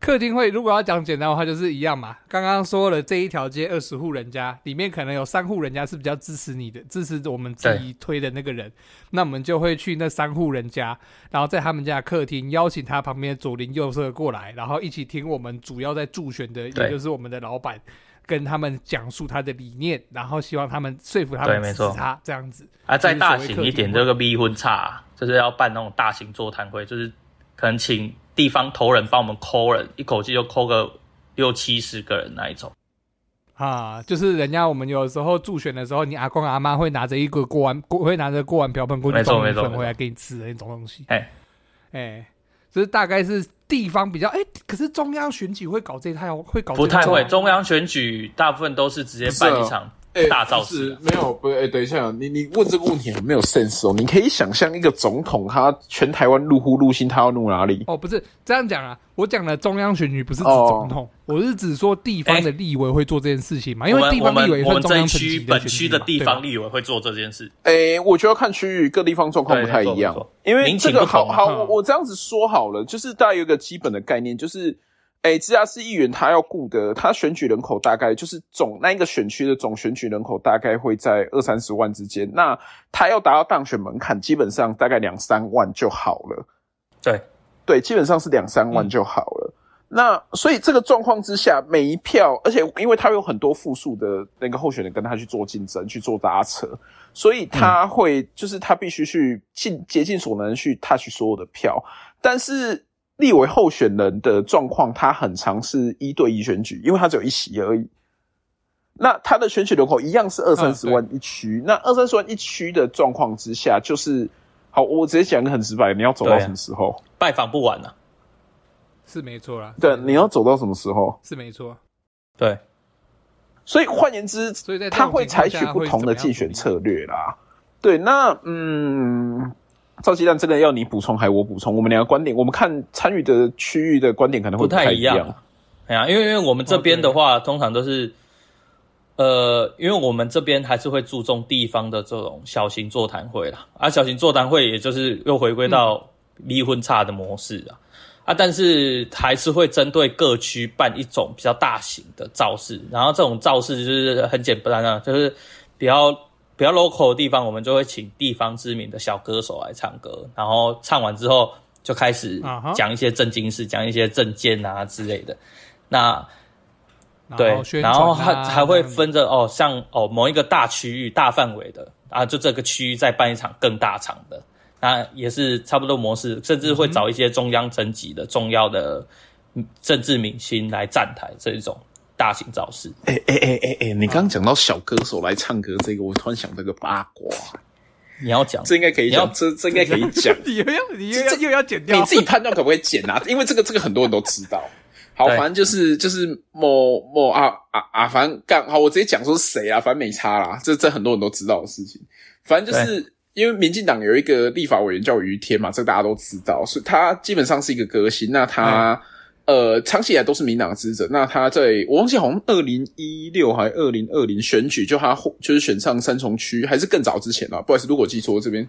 Speaker 2: 客厅会如果要讲简单的话，就是一样嘛。刚刚说了这一条街二十户人家，里面可能有三户人家是比较支持你的，支持我们自己推的那个人，那我们就会去那三户人家，然后在他们家的客厅邀请他旁边的左邻右舍过来，然后一起听我们主要在助选的，也
Speaker 4: 对
Speaker 2: 就是我们的老板跟他们讲述他的理念，然后希望他们说服他们
Speaker 4: 对没
Speaker 2: 支
Speaker 4: 错
Speaker 2: 持他这样子。
Speaker 4: 啊，再
Speaker 2: 就是所
Speaker 4: 大
Speaker 2: 谓
Speaker 4: 型
Speaker 2: 客
Speaker 4: 一
Speaker 2: 厅
Speaker 4: 点，
Speaker 2: 会
Speaker 4: 这个逼婚差、就是要办那种大型座谈会，就是可能请地方头人帮我们抠人，一口气就抠个六七十个人那一种。
Speaker 2: 啊，就是人家我们有时候助选的时候，你阿公阿妈会拿着一个锅碗，锅会拿着锅碗瓢盆过去
Speaker 4: 没错
Speaker 2: 装米
Speaker 4: 没错
Speaker 2: 粉回
Speaker 4: 没
Speaker 2: 来给你吃的那种东西。
Speaker 4: 哎
Speaker 2: 哎，这是大概是地方比较哎，可是中央选举会搞这一套，会哦搞这
Speaker 4: 不太
Speaker 2: 套
Speaker 4: 会，
Speaker 2: 吗
Speaker 4: 中央选举大部分都是直接办一场大造势、
Speaker 3: 没有哎不哎、等一下，你你问这个问题很没有 sense 哦。你可以想象一个总统，他全台湾入户入心，他要入哪里？
Speaker 2: 哦，不是这样讲啊，我讲的中央选举不是指
Speaker 3: 哦
Speaker 2: 总统，我是指说地方的立委会做这件事情嘛，因
Speaker 4: 我
Speaker 2: 为
Speaker 4: 们
Speaker 2: 地
Speaker 4: 我
Speaker 2: 方立委
Speaker 4: 们
Speaker 2: 也
Speaker 4: 我
Speaker 2: 算
Speaker 4: 们
Speaker 2: 中
Speaker 4: 这一
Speaker 2: 央选
Speaker 4: 区
Speaker 2: 举
Speaker 4: 本
Speaker 2: 选
Speaker 4: 区
Speaker 2: 举
Speaker 4: 的
Speaker 2: 嘛
Speaker 4: 地
Speaker 2: 对吧
Speaker 4: 方立委会做这件事，
Speaker 3: 哎、我觉得要看区域，各地方状况不太一样
Speaker 4: 对没错。
Speaker 3: 因为
Speaker 4: 民
Speaker 3: 这
Speaker 4: 情
Speaker 3: 个
Speaker 4: 不
Speaker 3: 好
Speaker 4: 同啊
Speaker 3: 好，
Speaker 2: 嗯
Speaker 3: 我我这样子说好了，就是大家有一个基本的概念，就是，哎、直辖市议员他要顾的，他选举人口大概就是总那一个选区的总选举人口大概会在二三十万之间，那他要达到当选门槛，基本上大概两三万就好了。
Speaker 4: 对
Speaker 3: 对，基本上是两三
Speaker 4: 嗯
Speaker 3: 万就好了。那所以这个状况之下，每一票，而且因为他有很多复数的那个候选人跟他去做竞争、去做搭扯，所以他会、就是他必须去尽竭尽所能去 touch 所有的票。但是立委候选人的状况，他很常是一对一选举，因为他只有一席而已。那他的选举人口一样是二三
Speaker 4: 嗯
Speaker 3: 十万一区，那二三十万一区的状况之下，就是好，我直接讲的很直白，你要走到
Speaker 4: 对啊
Speaker 3: 什么时候？
Speaker 4: 拜访不完啊。
Speaker 2: 是没错啦，
Speaker 3: 对，
Speaker 2: 是没
Speaker 3: 你
Speaker 2: 错
Speaker 3: 要走到什么时候？
Speaker 2: 是没错，
Speaker 4: 对，
Speaker 3: 所以换言之，
Speaker 2: 所以在这种
Speaker 3: 他会采取不同的竞选策略啦。对，那嗯，赵鸡蛋真的要你补充还我补充，我们两个观点，我们看参与的区域的观点可能会
Speaker 1: 不太
Speaker 3: 太
Speaker 1: 一
Speaker 3: 样。
Speaker 1: 样
Speaker 4: 哎呀，因为因为我们这边的话，通常都是，呃，因为我们这边还是会注重地方的这种小型座谈会啦，啊，小型座谈会也就是又回归到离婚差的模式啊，啊，但是还是会针对各区办一种比较大型的造势，然后这种造势就是很简单啊，就是比较。比较 local 的地方，我们就会请地方知名的小歌手来唱歌，然后唱完之后就开始
Speaker 2: 啊哈
Speaker 4: 讲一些正经事，讲一些政见啊之类的。那
Speaker 2: 然
Speaker 4: 对
Speaker 2: 后，宣
Speaker 4: 然后
Speaker 2: 传
Speaker 4: 还
Speaker 2: 啊
Speaker 4: 还会
Speaker 2: 这样子
Speaker 4: 分着哦，像哦某一个大区域、大范围的啊，就这个区域再办一场更大场的，那也是差不多模式，甚至会
Speaker 2: 嗯
Speaker 4: 找一些中央层级的重要的嗯政治明星来站台这一种大型造势。
Speaker 3: 哎哎哎哎哎，你刚刚讲到小歌手来唱歌这个，我突然想到个八卦，
Speaker 4: 你要讲
Speaker 3: 这应该可以
Speaker 4: 你
Speaker 3: 讲
Speaker 4: 要，
Speaker 3: 这这应该可以讲。
Speaker 2: (laughs) 你又要你又要
Speaker 3: 这
Speaker 2: 又要剪掉
Speaker 3: 你，自己判断可不可以
Speaker 2: (laughs)
Speaker 3: 剪啊？因为这个这个很多人都知道。好，
Speaker 4: 对
Speaker 3: 反正就是就是某某啊啊啊，反正干好，我直接讲说是谁啊，反正没差啦，这这很多人都知道的事情。反正就是因为民进党有一个立法委员叫于天嘛，这大家都知道，所以他基本上是一个歌星。那
Speaker 2: 嗯
Speaker 3: 他、呃，长期以来都是民党的支持者。那他在我忘记好像二零一六还二零二零选举，就他获就是选上三重区，还是更早之前啊？不好意思，如果记错这边。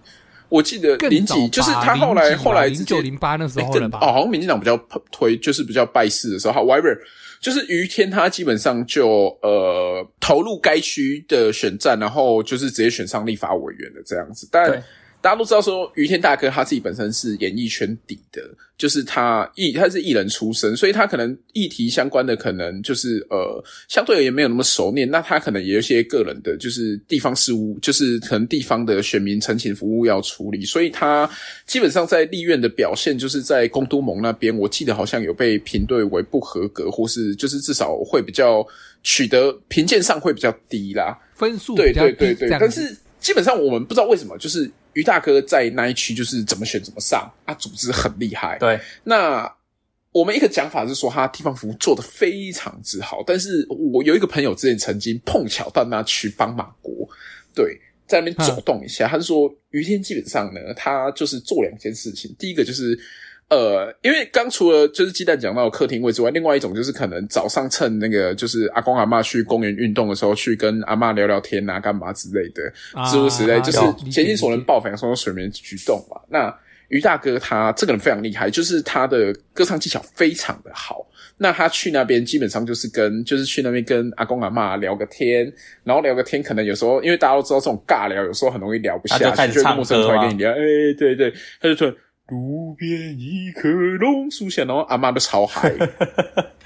Speaker 3: 我记得
Speaker 2: 更
Speaker 3: 林
Speaker 2: 早
Speaker 3: 几就是
Speaker 2: 吧
Speaker 3: 他后来
Speaker 2: 零几吧
Speaker 3: 后来直
Speaker 2: 零
Speaker 3: 接
Speaker 2: 九零八那时
Speaker 3: 哎，
Speaker 2: 候
Speaker 3: 更
Speaker 2: 了
Speaker 3: 哦，
Speaker 2: 吧？
Speaker 3: 好像民进党比较推，就是比较拜市的时候。好，whatever，就是于天他基本上就呃投入该区的选战，然后就是直接选上立法委员的这样子。但
Speaker 4: 对
Speaker 3: 大家都知道说，于天大哥他自己本身是演艺圈底的，就是他艺他是艺人出身，所以他可能议题相关的可能就是呃相对而言没有那么熟练，那他可能也有一些个人的，就是地方事务，就是可能地方的选民陈情服务要处理，所以他基本上在立院的表现，就是在公都盟那边，我记得好像有被评对为不合格，或是就是至少会比较取得评鉴上会比较低啦。
Speaker 2: 分数
Speaker 3: 对
Speaker 2: 比较
Speaker 3: 对对
Speaker 2: 低，这
Speaker 3: 对，
Speaker 2: 样
Speaker 3: 但
Speaker 2: 子
Speaker 3: 是基本上我们不知道为什么，就是于大哥在那一区就是怎么选怎么上，啊，组织很厉害。
Speaker 4: 对
Speaker 3: 那我们一个讲法是说他地方服务做得非常之好，但是我有一个朋友之前曾经碰巧到那区帮马国，对，在那边
Speaker 2: 嗯
Speaker 3: 走动一下，他是说于天基本上呢，他就是做两件事情，第一个就是。呃，因为刚除了就是鸡蛋讲到的客厅位之外，另外一种就是可能早上趁那个就是阿公阿嬷去公园运动的时候，去跟阿嬷聊聊天啊，干嘛之类的。
Speaker 2: 啊
Speaker 3: 诸如此类，就是
Speaker 2: 有理解
Speaker 3: 竭尽所能
Speaker 2: 理解
Speaker 3: 报反说水面举动嘛。那于大哥他这个人非常厉害，就是他的歌唱技巧非常的好。那他去那边基本上就是跟就是去那边跟阿公阿嬷聊个天，然后聊个天，可能有时候因为大家都知道这种尬聊，有时候很容易聊不下去，
Speaker 4: 他就开始
Speaker 3: 会
Speaker 4: 唱
Speaker 3: 陌生人
Speaker 4: 歌啊
Speaker 3: 突然
Speaker 4: 吗
Speaker 3: 跟你聊，哎、对对，他就突然路边一棵榕树下，然后阿妈就超
Speaker 4: (laughs)
Speaker 3: 嗨，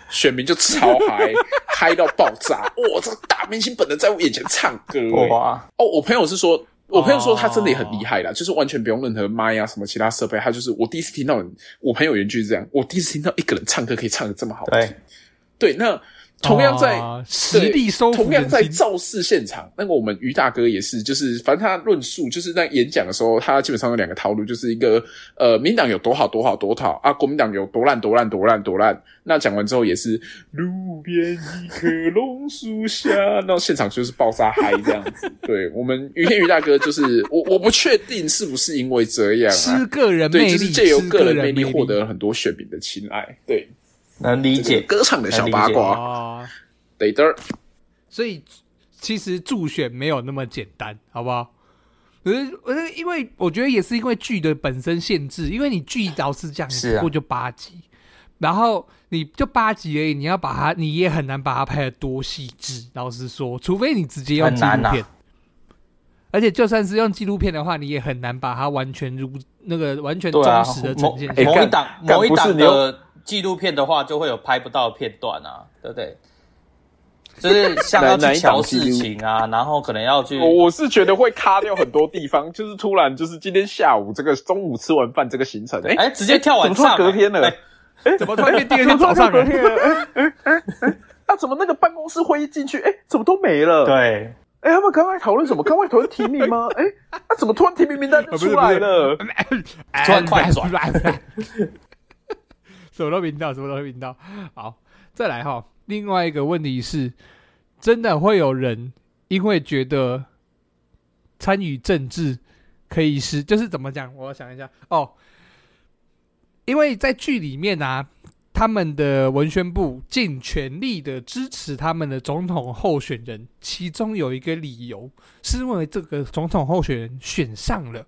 Speaker 3: 选民就超嗨，嗨到爆炸！哇，这个大明星本人在我眼前唱歌、欸，
Speaker 4: 哇，
Speaker 3: 哦，我朋友是说，我朋友说他真的也很厉害啦，就是完全不用任何麦啊什么其他设备，他就是我第一次听到人，我朋友原句是这样，我第一次听到一个人唱歌可以唱的这么好听。对，那同样在、
Speaker 2: 哦实力收服
Speaker 3: 同样
Speaker 2: 人
Speaker 3: 在
Speaker 2: 心
Speaker 3: 造势现场，那个我们于大哥也是，就是反正他论述就是在演讲的时候，他基本上有两个套路，就是一个呃，民党有多好多好多好啊，国民党有多烂多烂多烂多烂。那讲完之后也是路边一棵榕树下，那现场就是爆炸嗨这样
Speaker 2: (laughs)
Speaker 3: 子。对我们于天于大哥，就是我我不确定是不是因为这样
Speaker 2: 吃
Speaker 3: 啊。
Speaker 2: 个人
Speaker 3: 对，
Speaker 2: 魅
Speaker 3: 就
Speaker 2: 力，
Speaker 3: 是借由
Speaker 2: 吃
Speaker 3: 个人
Speaker 2: 魅
Speaker 3: 魅力获得了很多选民的青睐。对，
Speaker 4: 能理
Speaker 3: 这个
Speaker 4: 解。
Speaker 3: 歌唱的小八卦，
Speaker 2: 啊，
Speaker 3: 得得。
Speaker 2: 所以其实助选没有那么简单，好不好？可是，可是因为我觉得也是因为剧的本身限制，因为你剧老是这样，
Speaker 4: 是
Speaker 2: 你不
Speaker 4: 啊
Speaker 2: 过就八集，然后你就八集而已，你要把它，你也很难把它拍的多细致。老实说，除非你直接用
Speaker 4: 很
Speaker 2: 纪录
Speaker 4: 难
Speaker 2: 片，
Speaker 4: 啊
Speaker 2: 而且就算是用纪录片的话，你也很难把它完全如那个完全忠
Speaker 4: 对啊
Speaker 2: 实的，呈
Speaker 4: 某
Speaker 2: 现出来。
Speaker 3: 哎
Speaker 4: 某一
Speaker 3: 干
Speaker 4: 档
Speaker 3: 干
Speaker 4: 某一
Speaker 3: 不是
Speaker 4: 档
Speaker 3: 你又
Speaker 4: 的纪录片的话，就会有拍不到的片段啊，对不对？就是像要
Speaker 3: 哪哪
Speaker 4: 去
Speaker 3: 一档
Speaker 4: 瞧
Speaker 3: 纪录
Speaker 4: 事情啊，然后可能要去
Speaker 3: 我我是觉得会卡掉很多地方， (laughs) 就是突然就是今天下午这个中午吃完饭这个行程，哎、
Speaker 4: 哎直接跳晚
Speaker 3: (laughs) 怎
Speaker 4: 上
Speaker 3: 么突然隔天了
Speaker 4: 哎，
Speaker 2: 怎么突然变第二
Speaker 3: 哎
Speaker 2: 天 (laughs) 早上欸
Speaker 3: 怎么
Speaker 2: 了
Speaker 3: 突然？隔天了，哎哎哎哎，啊，怎么那个办公室会议进去，哎、怎么都没了？，
Speaker 4: 对，
Speaker 3: 哎、他们刚刚讨论什么？刚刚讨论提名吗？哎、啊，怎么突然提名名单就出来了？ (laughs)
Speaker 4: 突然快转
Speaker 2: 什么都频道，什么都频道。好，再来哈，另外一个问题是，真的会有人因为觉得参与政治可以是，就是怎么讲？我想一下哦，因为在剧里面啊。他们的文宣部尽全力的支持他们的总统候选人，其中有一个理由是因为这个总统候选人选上了，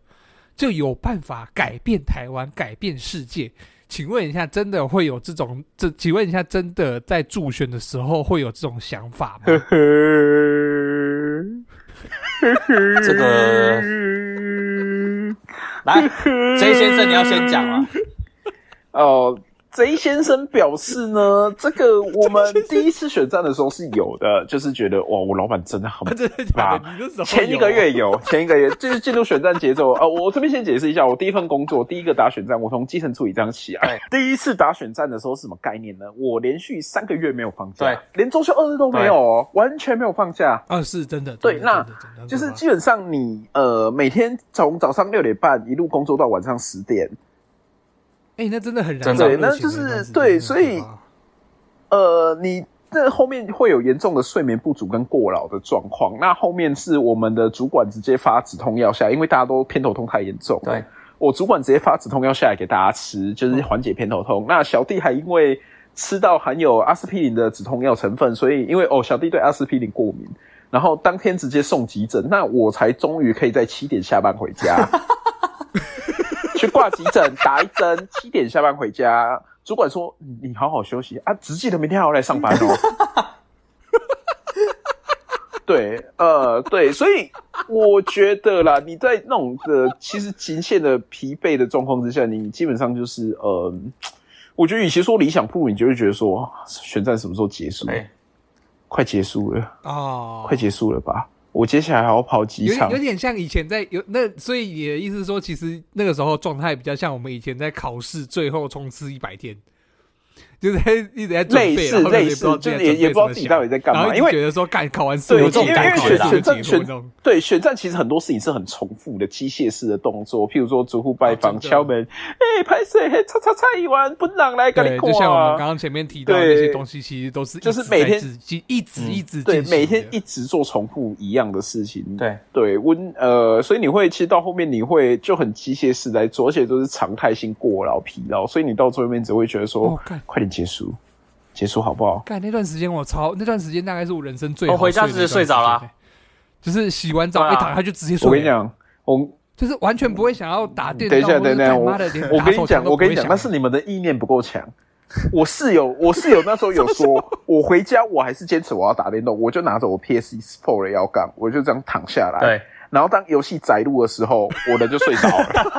Speaker 2: 就有办法改变台湾、改变世界。请问一下，真的会有这种这？请问一下，真的在助选的时候会有这种想法吗？
Speaker 4: 这
Speaker 6: (laughs)
Speaker 4: 个来，J
Speaker 3: (laughs)
Speaker 4: 先生你要先讲啊，
Speaker 3: 哦，贼先生表示呢，这个我们第一次选战的时候是有的，就是觉得哇，我老板真的很
Speaker 2: 真的假的？你那时候
Speaker 3: (laughs) 前一
Speaker 2: 哦有啊
Speaker 3: 个月有，前一个月就是进入选战节奏。呃，我这边先解释一下，我第一份工作，第一个打选战，我从基层助理这样起来。第一次打选战的时候是什么概念呢？我连续三个月没有放假
Speaker 4: 对，
Speaker 3: 连周休二日都没有哦，完全没有放假。
Speaker 2: 啊，是真的，
Speaker 3: 对
Speaker 2: 真的
Speaker 3: 那
Speaker 2: 真的真的
Speaker 3: 就是
Speaker 2: 很可
Speaker 3: 基本上你呃每天从早上六点半一路工作到晚上十点，
Speaker 2: 怕哎，那真的很燃
Speaker 4: 真
Speaker 2: 烧
Speaker 4: 的
Speaker 2: 热情
Speaker 3: 对那
Speaker 2: 的一
Speaker 3: 就
Speaker 2: 段
Speaker 3: 是
Speaker 2: 时间，真的
Speaker 3: 对
Speaker 2: 很
Speaker 3: 所以
Speaker 2: 可怕
Speaker 3: 呃，你这后面会有严重的睡眠不足跟过劳的状况。那后面是我们的主管直接发止痛药下来，因为大家都偏头痛太严重。
Speaker 4: 对，
Speaker 3: 我主管直接发止痛药下来给大家吃，就是缓解偏头痛。那小弟还因为吃到含有阿司匹林的止痛药成分，所以因为哦，小弟对阿司匹林过敏。然后当天直接送急诊，那我才终于可以在七点下班回家，去挂急诊打一针，七点下班回家。主管说：“你你好好休息啊，只记得明天还要来上班哦。”对，呃，对，所以我觉得啦，你在那种的其实极限的疲惫的状况之下，你基本上就是呃，我觉得与其说理想不如，你就会觉得说啊选战什么时候结束？
Speaker 4: 对，
Speaker 3: 快结束了。
Speaker 2: 哦，
Speaker 3: 快结束了吧？我接下来还要跑几
Speaker 2: 有点
Speaker 3: 场
Speaker 2: 有，点像以前在有那，所以你的意思是说，其实那个时候状态比较像我们以前在考试最后冲刺一百天，就是在一直在准
Speaker 3: 类
Speaker 2: 备，
Speaker 3: 似
Speaker 2: 然后也
Speaker 3: 类
Speaker 2: 不知道
Speaker 3: 似，
Speaker 2: 自己
Speaker 3: 就是
Speaker 2: 在
Speaker 3: 也
Speaker 2: 准备
Speaker 3: 也不知道
Speaker 2: 什么
Speaker 3: 自己
Speaker 2: 想
Speaker 3: 到底在干
Speaker 2: 然后
Speaker 3: 嘛，
Speaker 2: 一
Speaker 3: 因
Speaker 2: 直
Speaker 3: 为
Speaker 2: 觉得说干考完试
Speaker 3: 对，
Speaker 2: 有
Speaker 3: 因
Speaker 2: 这种
Speaker 3: 为因
Speaker 2: 感
Speaker 3: 为
Speaker 2: 觉
Speaker 3: 选
Speaker 2: 啦，
Speaker 3: 选
Speaker 2: 结
Speaker 3: 战
Speaker 2: 束
Speaker 3: 选
Speaker 2: 那种
Speaker 3: 对选战其实很多事情是很重复的机械式的动作，譬如说逐户拜访、
Speaker 2: 哦真的
Speaker 3: 敲门，哎，拍谁？嘿叉叉叉一碗，不能来跟你
Speaker 2: 对，
Speaker 3: 过
Speaker 2: 就像我们刚
Speaker 3: 啊。
Speaker 2: 刚前面提到的
Speaker 3: 对
Speaker 2: 那些东西，其实都是一直
Speaker 3: 就是每天嗯
Speaker 2: 在自己一直一直
Speaker 3: 对，
Speaker 2: 进行的
Speaker 3: 每天一直做重复一样的事情，
Speaker 4: 对
Speaker 3: 对，温呃，所以你会其实到后面你会就很机械式来做，而且都是常态性过劳、疲劳，所以你到最后面只会觉得说
Speaker 2: 哦干，
Speaker 3: 快点结束，结束好不好？
Speaker 2: 干那段时间我超那段时间大概是我人生最
Speaker 6: 我
Speaker 2: 好
Speaker 6: 回家
Speaker 2: 睡的
Speaker 6: 直接
Speaker 2: 一段
Speaker 6: 睡
Speaker 2: 时
Speaker 6: 着
Speaker 2: 间
Speaker 6: 啦
Speaker 2: 欸就是洗完澡
Speaker 6: 对啊
Speaker 2: 一躺下就直接睡。
Speaker 3: 我跟你，讲，我
Speaker 2: 就是完全不会想要打电
Speaker 3: 等
Speaker 2: 动。
Speaker 3: 一下，
Speaker 2: 或者
Speaker 3: 等
Speaker 2: 是
Speaker 3: 一下，
Speaker 2: 干
Speaker 3: 我
Speaker 2: 妈的连
Speaker 3: 我
Speaker 2: 打
Speaker 3: 跟
Speaker 2: 手枪
Speaker 3: 你讲，
Speaker 2: 都
Speaker 3: 我
Speaker 2: 不会
Speaker 3: 跟你讲，
Speaker 2: 想
Speaker 3: 那是你们的意念不够强。我室友，我室友那时
Speaker 2: (laughs)
Speaker 3: 候有说，我回家我还是坚持我要打电动，我就拿着我 PS Four 的摇杆，我就这样躺下来。
Speaker 6: 对。
Speaker 3: 然后当游戏载入的时候，我人就睡着
Speaker 2: (laughs)
Speaker 3: 了，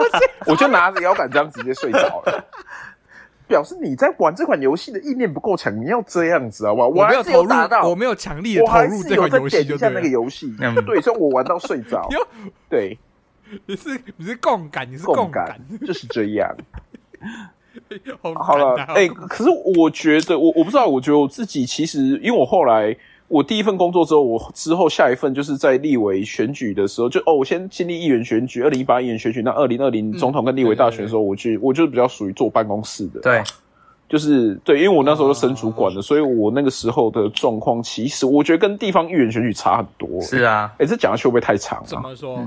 Speaker 3: 我就拿着摇杆这样直接睡着了。表示你在玩这款游戏的意念不够强，你要这样子好不好？
Speaker 2: 我没
Speaker 3: 还
Speaker 2: 有
Speaker 3: 是
Speaker 2: 投入
Speaker 3: 打到，，
Speaker 2: 我没有强力的
Speaker 3: 我
Speaker 2: 投
Speaker 3: 还
Speaker 2: 入
Speaker 3: 是
Speaker 2: 这
Speaker 3: 有
Speaker 2: 款
Speaker 3: 在
Speaker 2: 游戏，
Speaker 3: 点
Speaker 2: 就对
Speaker 3: 一下那个
Speaker 2: 了。。
Speaker 3: 游戏
Speaker 4: 嗯，
Speaker 3: 对，所以我玩到睡着
Speaker 2: (laughs) 哟，
Speaker 3: 对，
Speaker 2: 你是你是共感，你是
Speaker 3: 共
Speaker 2: 感
Speaker 3: 感，就是这样。
Speaker 2: 好感啊
Speaker 3: 好了，哎、
Speaker 2: 好感
Speaker 3: 可是我觉得，我我不知道，我觉得我自己其实，因为我后来我第一份工作之后，我之后下一份就是在立委选举的时候，就哦，我先经历议员选举，二零一八议员选举，那二零二零
Speaker 2: 嗯
Speaker 3: 总统跟立委大选的时候，我去，我就是比较属于坐办公室的，
Speaker 6: 对，
Speaker 3: 就是对，因为我那时候升主
Speaker 2: 哦
Speaker 3: 管了，所以我那个时候的状况，其实我觉得跟地方议员选举差很多。
Speaker 6: 是啊，
Speaker 3: 哎、这讲下去会不会太长、啊？
Speaker 2: 怎么说？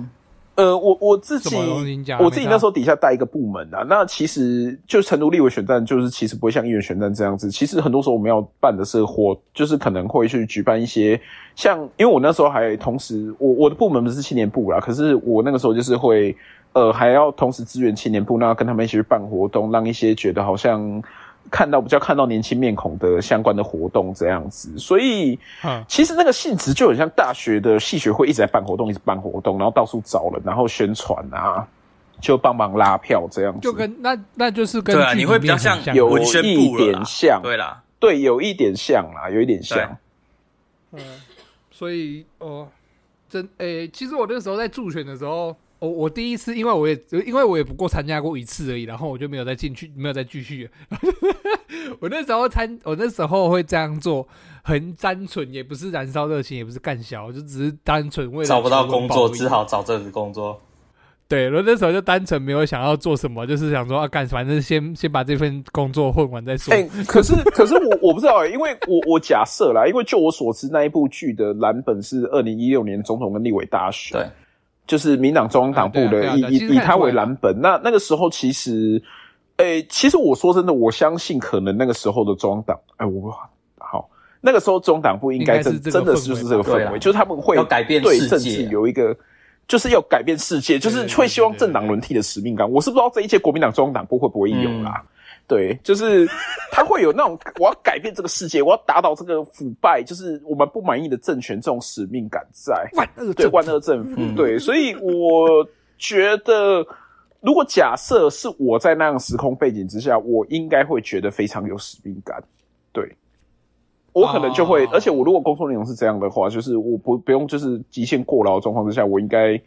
Speaker 3: 呃，我我自己
Speaker 2: 什么东西你讲啊
Speaker 3: 我自己
Speaker 2: 没差
Speaker 3: 那时候底下带一个部门啊，那其实就成都立委选战，就是其实不会像议员选战这样子。其实很多时候我们要办的是活，就是可能会去举办一些像，因为我那时候还同时，我我的部门不是青年部啦，可是我那个时候就是会，呃，还要同时支援青年部，那跟他们一起去办活动，让一些觉得好像看到比较看到年轻面孔的相关的活动这样子，所以。
Speaker 2: 嗯，
Speaker 3: 其实那个性质就很像大学的系学会一直在办活动，一直办活动，然后到处找人，然后宣传啊，就帮忙拉票这样子，
Speaker 2: 就跟那那就是跟
Speaker 6: 对啊
Speaker 2: 剧里
Speaker 6: 你会比较
Speaker 2: 面很
Speaker 6: 像
Speaker 2: 像
Speaker 3: 有
Speaker 6: 文宣
Speaker 3: 一
Speaker 6: 部了啦
Speaker 3: 点像，
Speaker 6: 对啦，
Speaker 3: 对，有一点像啦，有一点像，
Speaker 2: 嗯，所以哦，真诶、其实我那时候在助选的时候，我我第一次，因为我也因为我也不过参加过一次而已，然后我就没有再进去，没有再继续了。 (laughs) 我那时候参，我那时候会这样做，很单纯，也不是燃烧热情，也不是干小，就只是单纯为了
Speaker 4: 找不到
Speaker 2: 求温
Speaker 4: 工
Speaker 2: 饱
Speaker 4: 作，
Speaker 2: 而已
Speaker 4: 只好找这个工作。
Speaker 2: 对，我那时候就单纯没有想要做什么，就是想说啊，干，反正先先把这份工作混完再说。
Speaker 3: 哎、可是可是我我不知道、欸，因为我我假设啦，因为就我所知，那一部剧的蓝本是二零一六年总统跟立委大选，
Speaker 4: 对，
Speaker 3: 就是民党中央党部的，
Speaker 2: 啊对啊
Speaker 3: 以
Speaker 2: 对啊
Speaker 3: 以
Speaker 2: 其实
Speaker 3: 以
Speaker 2: 看得
Speaker 3: 他
Speaker 2: 出来
Speaker 3: 为蓝本。那那个时候其实，诶、其实我说真的，我相信可能那个时候的中央党，哎、我好，那个时候中央党部应该
Speaker 2: 应该
Speaker 3: 真
Speaker 2: 是这个氛
Speaker 3: 真的
Speaker 2: 围
Speaker 3: 就是这个
Speaker 4: 吧对
Speaker 3: 氛
Speaker 4: 啊
Speaker 3: 围，就是他们会
Speaker 4: 要改变
Speaker 3: 对
Speaker 4: 世界啊
Speaker 3: 政治有一个。就是要改变世界，就是会希望政党轮替的使命感。我是不知道这一届国民党中央党部会不会有啦，对，就是他会有那种我要改变这个世界，我要打倒这个腐败，就是我们不满意的政权这种使命感在。
Speaker 2: 万恶政
Speaker 3: 对
Speaker 2: 府
Speaker 4: 嗯
Speaker 3: 万恶政府，对，所以我觉得如果假设是我在那样时空背景之下，我应该会觉得非常有使命感。对，我可能就会，
Speaker 2: 哦
Speaker 3: 而且我如果工作内容是这样的话，就是我不不用就是极限过劳的状况之下，我应该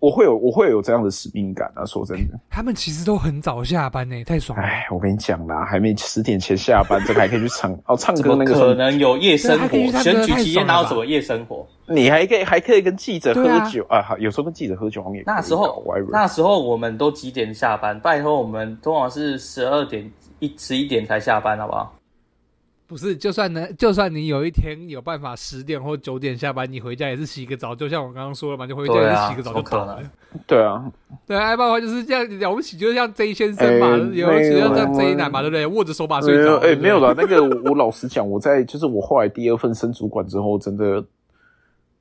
Speaker 3: 我会有我会有这样的使命感啊。说真的，
Speaker 2: 他们其实都很早下班呢，太爽了。
Speaker 3: 哎，我跟你讲啦，还没十点前下班，这个还可以去唱哦，唱
Speaker 4: 怎
Speaker 3: 歌
Speaker 4: 么
Speaker 3: 那个
Speaker 4: 可
Speaker 3: 什么，
Speaker 4: 能有夜生
Speaker 6: 啊
Speaker 2: 对他可
Speaker 4: 活
Speaker 2: 以去？唱歌
Speaker 4: 选举期
Speaker 2: 太爽了
Speaker 4: 间哪有
Speaker 2: 吧
Speaker 4: 什么夜生活？
Speaker 3: 你还可以还可以跟记者喝
Speaker 2: 对啊
Speaker 3: 酒啊好有时候跟记者喝酒好像也可以啊
Speaker 4: 那时候
Speaker 3: whatever
Speaker 4: 那时候我们都几点下班？拜托，我们通常是十二点一十一点才下班，好不好？
Speaker 2: 不是，就算能，就算你有一天有办法十点或九点下班，你回家也是洗个澡，就像我刚刚说了嘛，就回家
Speaker 4: 对
Speaker 2: 也
Speaker 4: 啊
Speaker 2: 是洗个澡就倒
Speaker 4: 怎么可
Speaker 2: 了。
Speaker 3: 对啊，
Speaker 2: 对，爱爸爸就是这样了不起，就像 J 先生嘛，
Speaker 3: 哎
Speaker 2: 有不起就像
Speaker 3: 没
Speaker 2: J
Speaker 3: 有
Speaker 2: 男嘛，对不对？握着手把
Speaker 3: 没
Speaker 2: 睡
Speaker 3: 有，
Speaker 2: 着。
Speaker 3: 哎、
Speaker 2: 对不对
Speaker 3: 没有啦。那个我我老实讲，我在就是我后来第二份升主管之后，真的，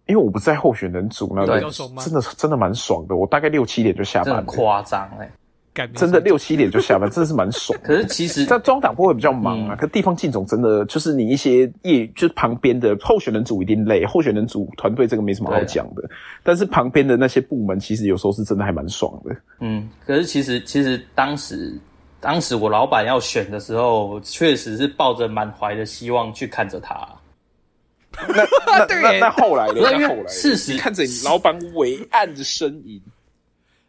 Speaker 3: 因为我不在候选人组那
Speaker 2: 对
Speaker 3: 个
Speaker 2: 比较爽，吗
Speaker 3: 真的真的蛮爽的。我大概六七点就下
Speaker 4: 真的
Speaker 3: 班
Speaker 4: 很
Speaker 3: 了，
Speaker 4: 夸张哎、
Speaker 2: 干
Speaker 3: 真的，六七点就下班，真的是蛮爽
Speaker 4: (laughs)
Speaker 3: 的。
Speaker 4: 可是嗯其实
Speaker 3: 在中党部会比较忙啊，可地方进总真的就是你一些业，就是旁边的候选人组一定累，候选人组团队这个没什么好
Speaker 4: 对啊
Speaker 3: 讲的。但是旁边的那些部门，其实有时候是真的还蛮爽的。
Speaker 4: 嗯，可是其实其实当时当时我老板要选的时候，确实是抱着满怀的希望去看着他。 (laughs)
Speaker 3: 那
Speaker 2: 对
Speaker 3: 那那后来呢？
Speaker 4: 不是因为
Speaker 3: 那后来呢
Speaker 4: 事实
Speaker 3: 你看着你老板伟岸的身影，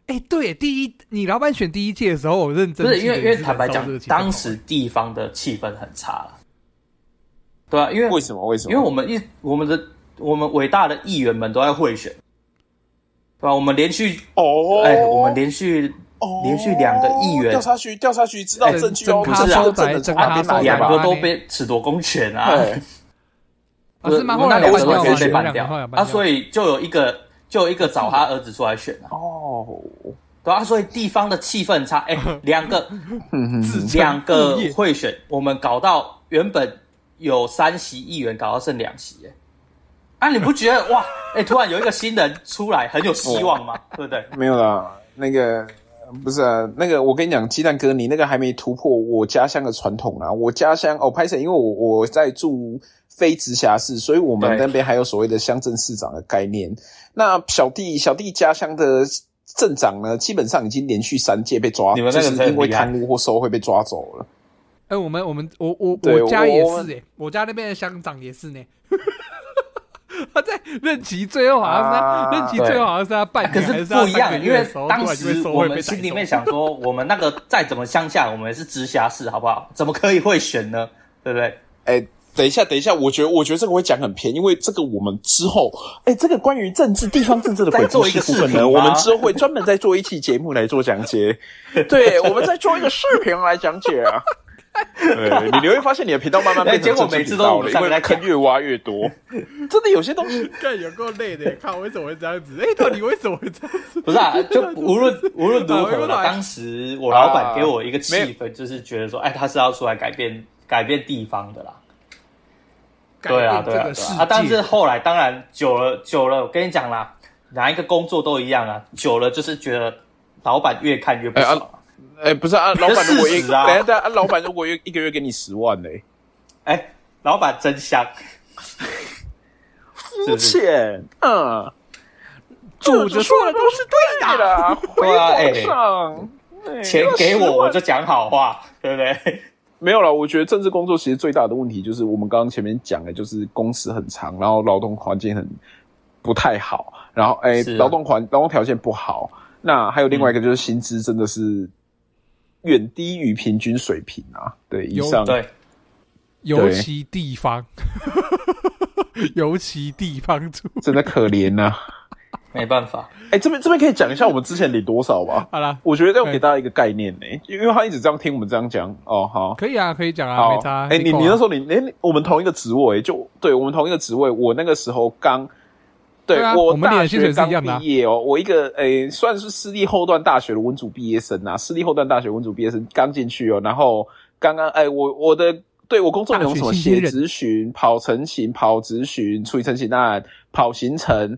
Speaker 2: 哎，对，第一，你老板选第一届的时候，我认真
Speaker 4: 不是因为
Speaker 2: 记
Speaker 4: 因
Speaker 2: 得
Speaker 4: 为
Speaker 2: 你是
Speaker 4: 坦白
Speaker 2: 燃烧
Speaker 4: 讲
Speaker 2: 热，情在
Speaker 4: 当
Speaker 2: 跑
Speaker 4: 时地方的气氛很差了，对啊，因为
Speaker 3: 为什么？为什么？
Speaker 4: 因为我们一我们的我们伟大的议员们都在贿选，对吧、啊我们连续
Speaker 3: 哦，
Speaker 4: 哎、我们连续、连续两个议员
Speaker 3: 调，查局调查局知道
Speaker 4: 哎
Speaker 3: 证据哦，
Speaker 2: 整
Speaker 3: 这
Speaker 4: 整
Speaker 3: 是
Speaker 4: 咖
Speaker 3: 有证的
Speaker 2: 收
Speaker 3: 从
Speaker 2: 窄
Speaker 3: 哪
Speaker 2: 整咖
Speaker 3: 边来
Speaker 2: 收
Speaker 3: 的
Speaker 4: 啊
Speaker 2: 窄
Speaker 4: 两
Speaker 3: 吧？
Speaker 4: 个都被褫夺公权啊，
Speaker 3: 哎
Speaker 2: 啊，是蛮后
Speaker 4: 那
Speaker 2: 来
Speaker 4: 两
Speaker 2: 有办掉吗
Speaker 4: 个都被
Speaker 2: 有
Speaker 4: 办
Speaker 2: 两个后来
Speaker 4: 掉
Speaker 2: 有，办
Speaker 4: 啊，
Speaker 2: 掉
Speaker 4: 所以就有一个就有一个找他儿子出来选啊，
Speaker 3: 哦，
Speaker 4: 对啊，所以地方的气氛差，哎、
Speaker 2: (laughs)
Speaker 4: 两个嗯
Speaker 2: 自成
Speaker 4: 两个
Speaker 2: 副业
Speaker 4: 贿选，我们搞到原本有三席议员，搞到剩两席、哎，啊，你不觉得哇？哎、突然有一个新人出来，很有希望吗？对啊不对？
Speaker 3: 没有啦，那个。不是啊，那个我跟你讲，鸡蛋哥，你那个还没突破我家乡的传统啦。我家乡哦，拍摄，因为我我在住非直辖市，所以我们
Speaker 4: 对
Speaker 3: 那边还有所谓的乡镇市长的概念。那小弟小弟家乡的镇长呢，基本上已经连续三届被抓，
Speaker 4: 你们那个
Speaker 3: 就
Speaker 4: 真的
Speaker 3: 是
Speaker 4: 很
Speaker 3: 因为
Speaker 4: 厉害
Speaker 3: 贪污或收贿被抓走了。
Speaker 2: 哎，我们我们我我
Speaker 3: 对
Speaker 2: 我家也
Speaker 3: 我
Speaker 2: 是哎，我家那边的乡长也是呢。 (laughs) 他在任期最后好像是他，
Speaker 3: 啊
Speaker 2: 任期最后好像是他半
Speaker 4: 可
Speaker 2: 年还
Speaker 4: 是
Speaker 2: 他
Speaker 4: 不一样
Speaker 2: 三，个月
Speaker 4: 因为
Speaker 2: 的时候
Speaker 4: 当
Speaker 2: 突然就被
Speaker 4: 时
Speaker 2: 收
Speaker 4: 我
Speaker 2: 回
Speaker 4: 们
Speaker 2: 被逮
Speaker 4: 心里
Speaker 2: 走
Speaker 4: 面想说，我们那个再怎么乡下，我们也是直辖市，好不好？怎么可以会选呢？对不对？
Speaker 3: 哎、等一下，等一下，我觉得我觉得这个会讲很偏，因为这个我们之后，哎、这个关于政治地方政 (laughs) 治的鬼故事部
Speaker 4: 再做
Speaker 3: 分
Speaker 4: 一个视频吗
Speaker 3: 呢，我们之后会专门再做一期节目来做讲解。对，我们再做一个视频来讲解啊。 (laughs) 对你你会发现你的频道慢慢变成
Speaker 4: 哎结果
Speaker 3: 政治
Speaker 4: 每次
Speaker 3: 频
Speaker 4: 都
Speaker 3: 道
Speaker 4: 我
Speaker 3: 了，
Speaker 4: 们
Speaker 3: 因
Speaker 4: 三个
Speaker 3: 为
Speaker 4: 在
Speaker 3: 坑
Speaker 4: 讲
Speaker 3: 越挖越多。真的有些东西，
Speaker 2: 干有够累的，看我为什么会这样子？哎、到底为什么会这样子？
Speaker 4: 不
Speaker 2: (laughs)
Speaker 4: 是啊，就无论无论如
Speaker 2: 哪位
Speaker 4: 何
Speaker 2: 不
Speaker 4: 啦，
Speaker 2: 来
Speaker 4: 当时我老板
Speaker 3: 啊
Speaker 4: 给我一个气氛，就是觉得说，哎，他是要出来改变改变地方的啦。对啊，
Speaker 2: 改变
Speaker 4: 对
Speaker 2: 这个
Speaker 4: 啊，对
Speaker 2: 世
Speaker 4: 啊
Speaker 2: 界。
Speaker 4: 啊！但是后来当然久了久了，我跟你讲啦，哪一个工作都一样啊，久了就是觉得老板越看越不爽啊。
Speaker 3: 哎、不是啊，老板如果一、
Speaker 4: 事实啊
Speaker 3: 等一下，等一下，啊老板如果一一个月给你十万呢、
Speaker 4: 哎、老板真香，
Speaker 2: (laughs)
Speaker 3: 肤浅，嗯，
Speaker 2: 主
Speaker 3: 就
Speaker 2: 着
Speaker 3: 说
Speaker 2: 说
Speaker 3: 的
Speaker 2: 的
Speaker 3: 都
Speaker 2: 都
Speaker 3: 是
Speaker 2: 是
Speaker 3: 对
Speaker 2: 对的。
Speaker 3: 的，回
Speaker 4: 对啊哎
Speaker 3: 往上。哎
Speaker 4: 钱给我我就讲好话，对不对？
Speaker 3: 没有啦，我觉得政治工作其实最大的问题就是我们刚刚前面讲的，就是工时很长，然后劳动环境很不太好，然后哎，
Speaker 4: 是啊
Speaker 3: 劳动环劳动条件不好。那还有另外一个就是薪资真的是远低于平均水平啊。对，以
Speaker 2: 有
Speaker 3: 上
Speaker 4: 对，
Speaker 2: 尤其地方， (laughs) 尤其地方住。
Speaker 3: 真的可怜呐、
Speaker 4: 没办法，
Speaker 3: 哎，这边这边可以讲一下我们之前领多少吧？
Speaker 2: 好啦，
Speaker 3: 我觉得要给
Speaker 2: 对
Speaker 3: 大家一个概念呢、因为他一直这样听我们这样讲。哦，好，
Speaker 2: 可以啊，可以讲啊，
Speaker 3: 好，
Speaker 2: 没差啊。
Speaker 3: 哎、你
Speaker 2: 够啊
Speaker 3: 你那时候你哎、你我们同一个职位，就对我们同一个职位，我那个时候刚。对
Speaker 2: 对啊我
Speaker 3: 我
Speaker 2: 们领
Speaker 3: 大
Speaker 2: 的薪水
Speaker 3: 学
Speaker 2: 是
Speaker 3: 刚
Speaker 2: 一样的啊
Speaker 3: 毕业哦，我一个诶、算是私立后段大学的文组毕业生啊，私立后段大学文组毕业生刚进去哦，然后刚刚诶，我我的对我工作内容是什么
Speaker 2: 大学新
Speaker 3: 写
Speaker 2: 鲜人
Speaker 3: 执询、跑成型、跑执询、处理成型案、跑行程，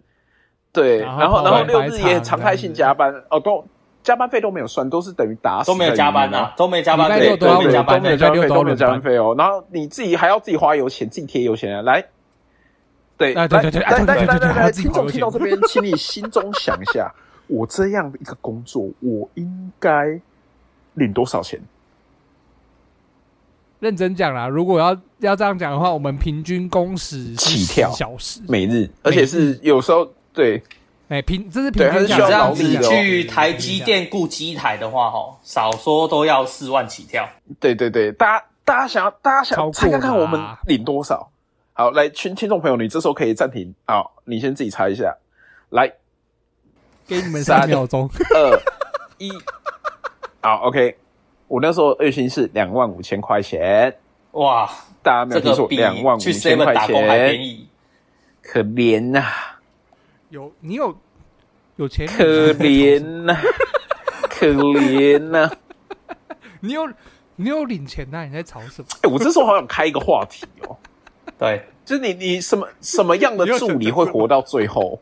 Speaker 3: 对，
Speaker 2: 然后跑
Speaker 3: 然后然后
Speaker 2: 完
Speaker 3: 六
Speaker 2: 白
Speaker 3: 日也
Speaker 2: 场
Speaker 3: 常态性加班哦，都加班费都没有算，都是等于打死
Speaker 4: 都没有
Speaker 3: 在
Speaker 4: 加
Speaker 3: 里面
Speaker 4: 班啊，都没加班
Speaker 2: 礼拜
Speaker 4: 费，
Speaker 2: 六
Speaker 3: 对
Speaker 4: 都没
Speaker 2: 要
Speaker 4: 加班
Speaker 2: 都没
Speaker 4: 费
Speaker 2: 有。加班费
Speaker 3: 都没有加班费哦。然后你自己还要自己花油钱，自己贴油钱啊来。对，
Speaker 2: 啊对对对
Speaker 3: 来
Speaker 2: 对对
Speaker 3: 来
Speaker 2: 对
Speaker 3: 来
Speaker 2: 对
Speaker 3: 来
Speaker 2: 还要
Speaker 3: 来，
Speaker 2: 自己
Speaker 3: 听
Speaker 2: 花油
Speaker 3: 众听
Speaker 2: 钱
Speaker 3: 到这边，请你心中想一下，
Speaker 7: 我这样的一个工作，我应该领多少钱？
Speaker 2: 认真讲啦，如果要要这样讲的话，我们平均工时是
Speaker 3: 起跳
Speaker 2: 10小时，
Speaker 3: 每日，而且是有时候对
Speaker 2: 哎、平这是平
Speaker 3: 对它
Speaker 2: 均
Speaker 3: 是
Speaker 2: 价
Speaker 3: 需要
Speaker 2: 格
Speaker 4: 这
Speaker 2: 平
Speaker 4: 样子
Speaker 3: 劳力
Speaker 2: 均
Speaker 3: 的哦
Speaker 2: 价格
Speaker 4: 去台积电雇机台的话，哈，少说都要四万起跳。
Speaker 3: 对对对，大家大家想要大家
Speaker 2: 超过
Speaker 3: 想猜看看
Speaker 2: 啦
Speaker 3: 我们领多少？好，来，听听众朋友，你这时候可以暂停，好，你先自己猜一下，来，
Speaker 2: 给你们三秒钟，
Speaker 3: 二一，好，OK，我那时候月薪是两万五千块钱，
Speaker 4: 哇，
Speaker 3: 大家没
Speaker 4: 这
Speaker 3: 有听
Speaker 4: 个
Speaker 3: 错，
Speaker 4: 比
Speaker 3: 两万五
Speaker 4: 去
Speaker 3: 千
Speaker 4: Seven
Speaker 3: 块
Speaker 4: 打工还便
Speaker 3: 钱，
Speaker 4: 宜。
Speaker 3: 可怜呐、啊，
Speaker 2: 有你有有钱人
Speaker 3: 可怜呐、可怜啊呐、
Speaker 2: 你有你有领钱呐、你在吵什么？
Speaker 3: (laughs) 哎、我这时候好想开一 (laughs) 个话题哦，
Speaker 4: 对，
Speaker 3: 就是你你什么什么样的助理会活到最后？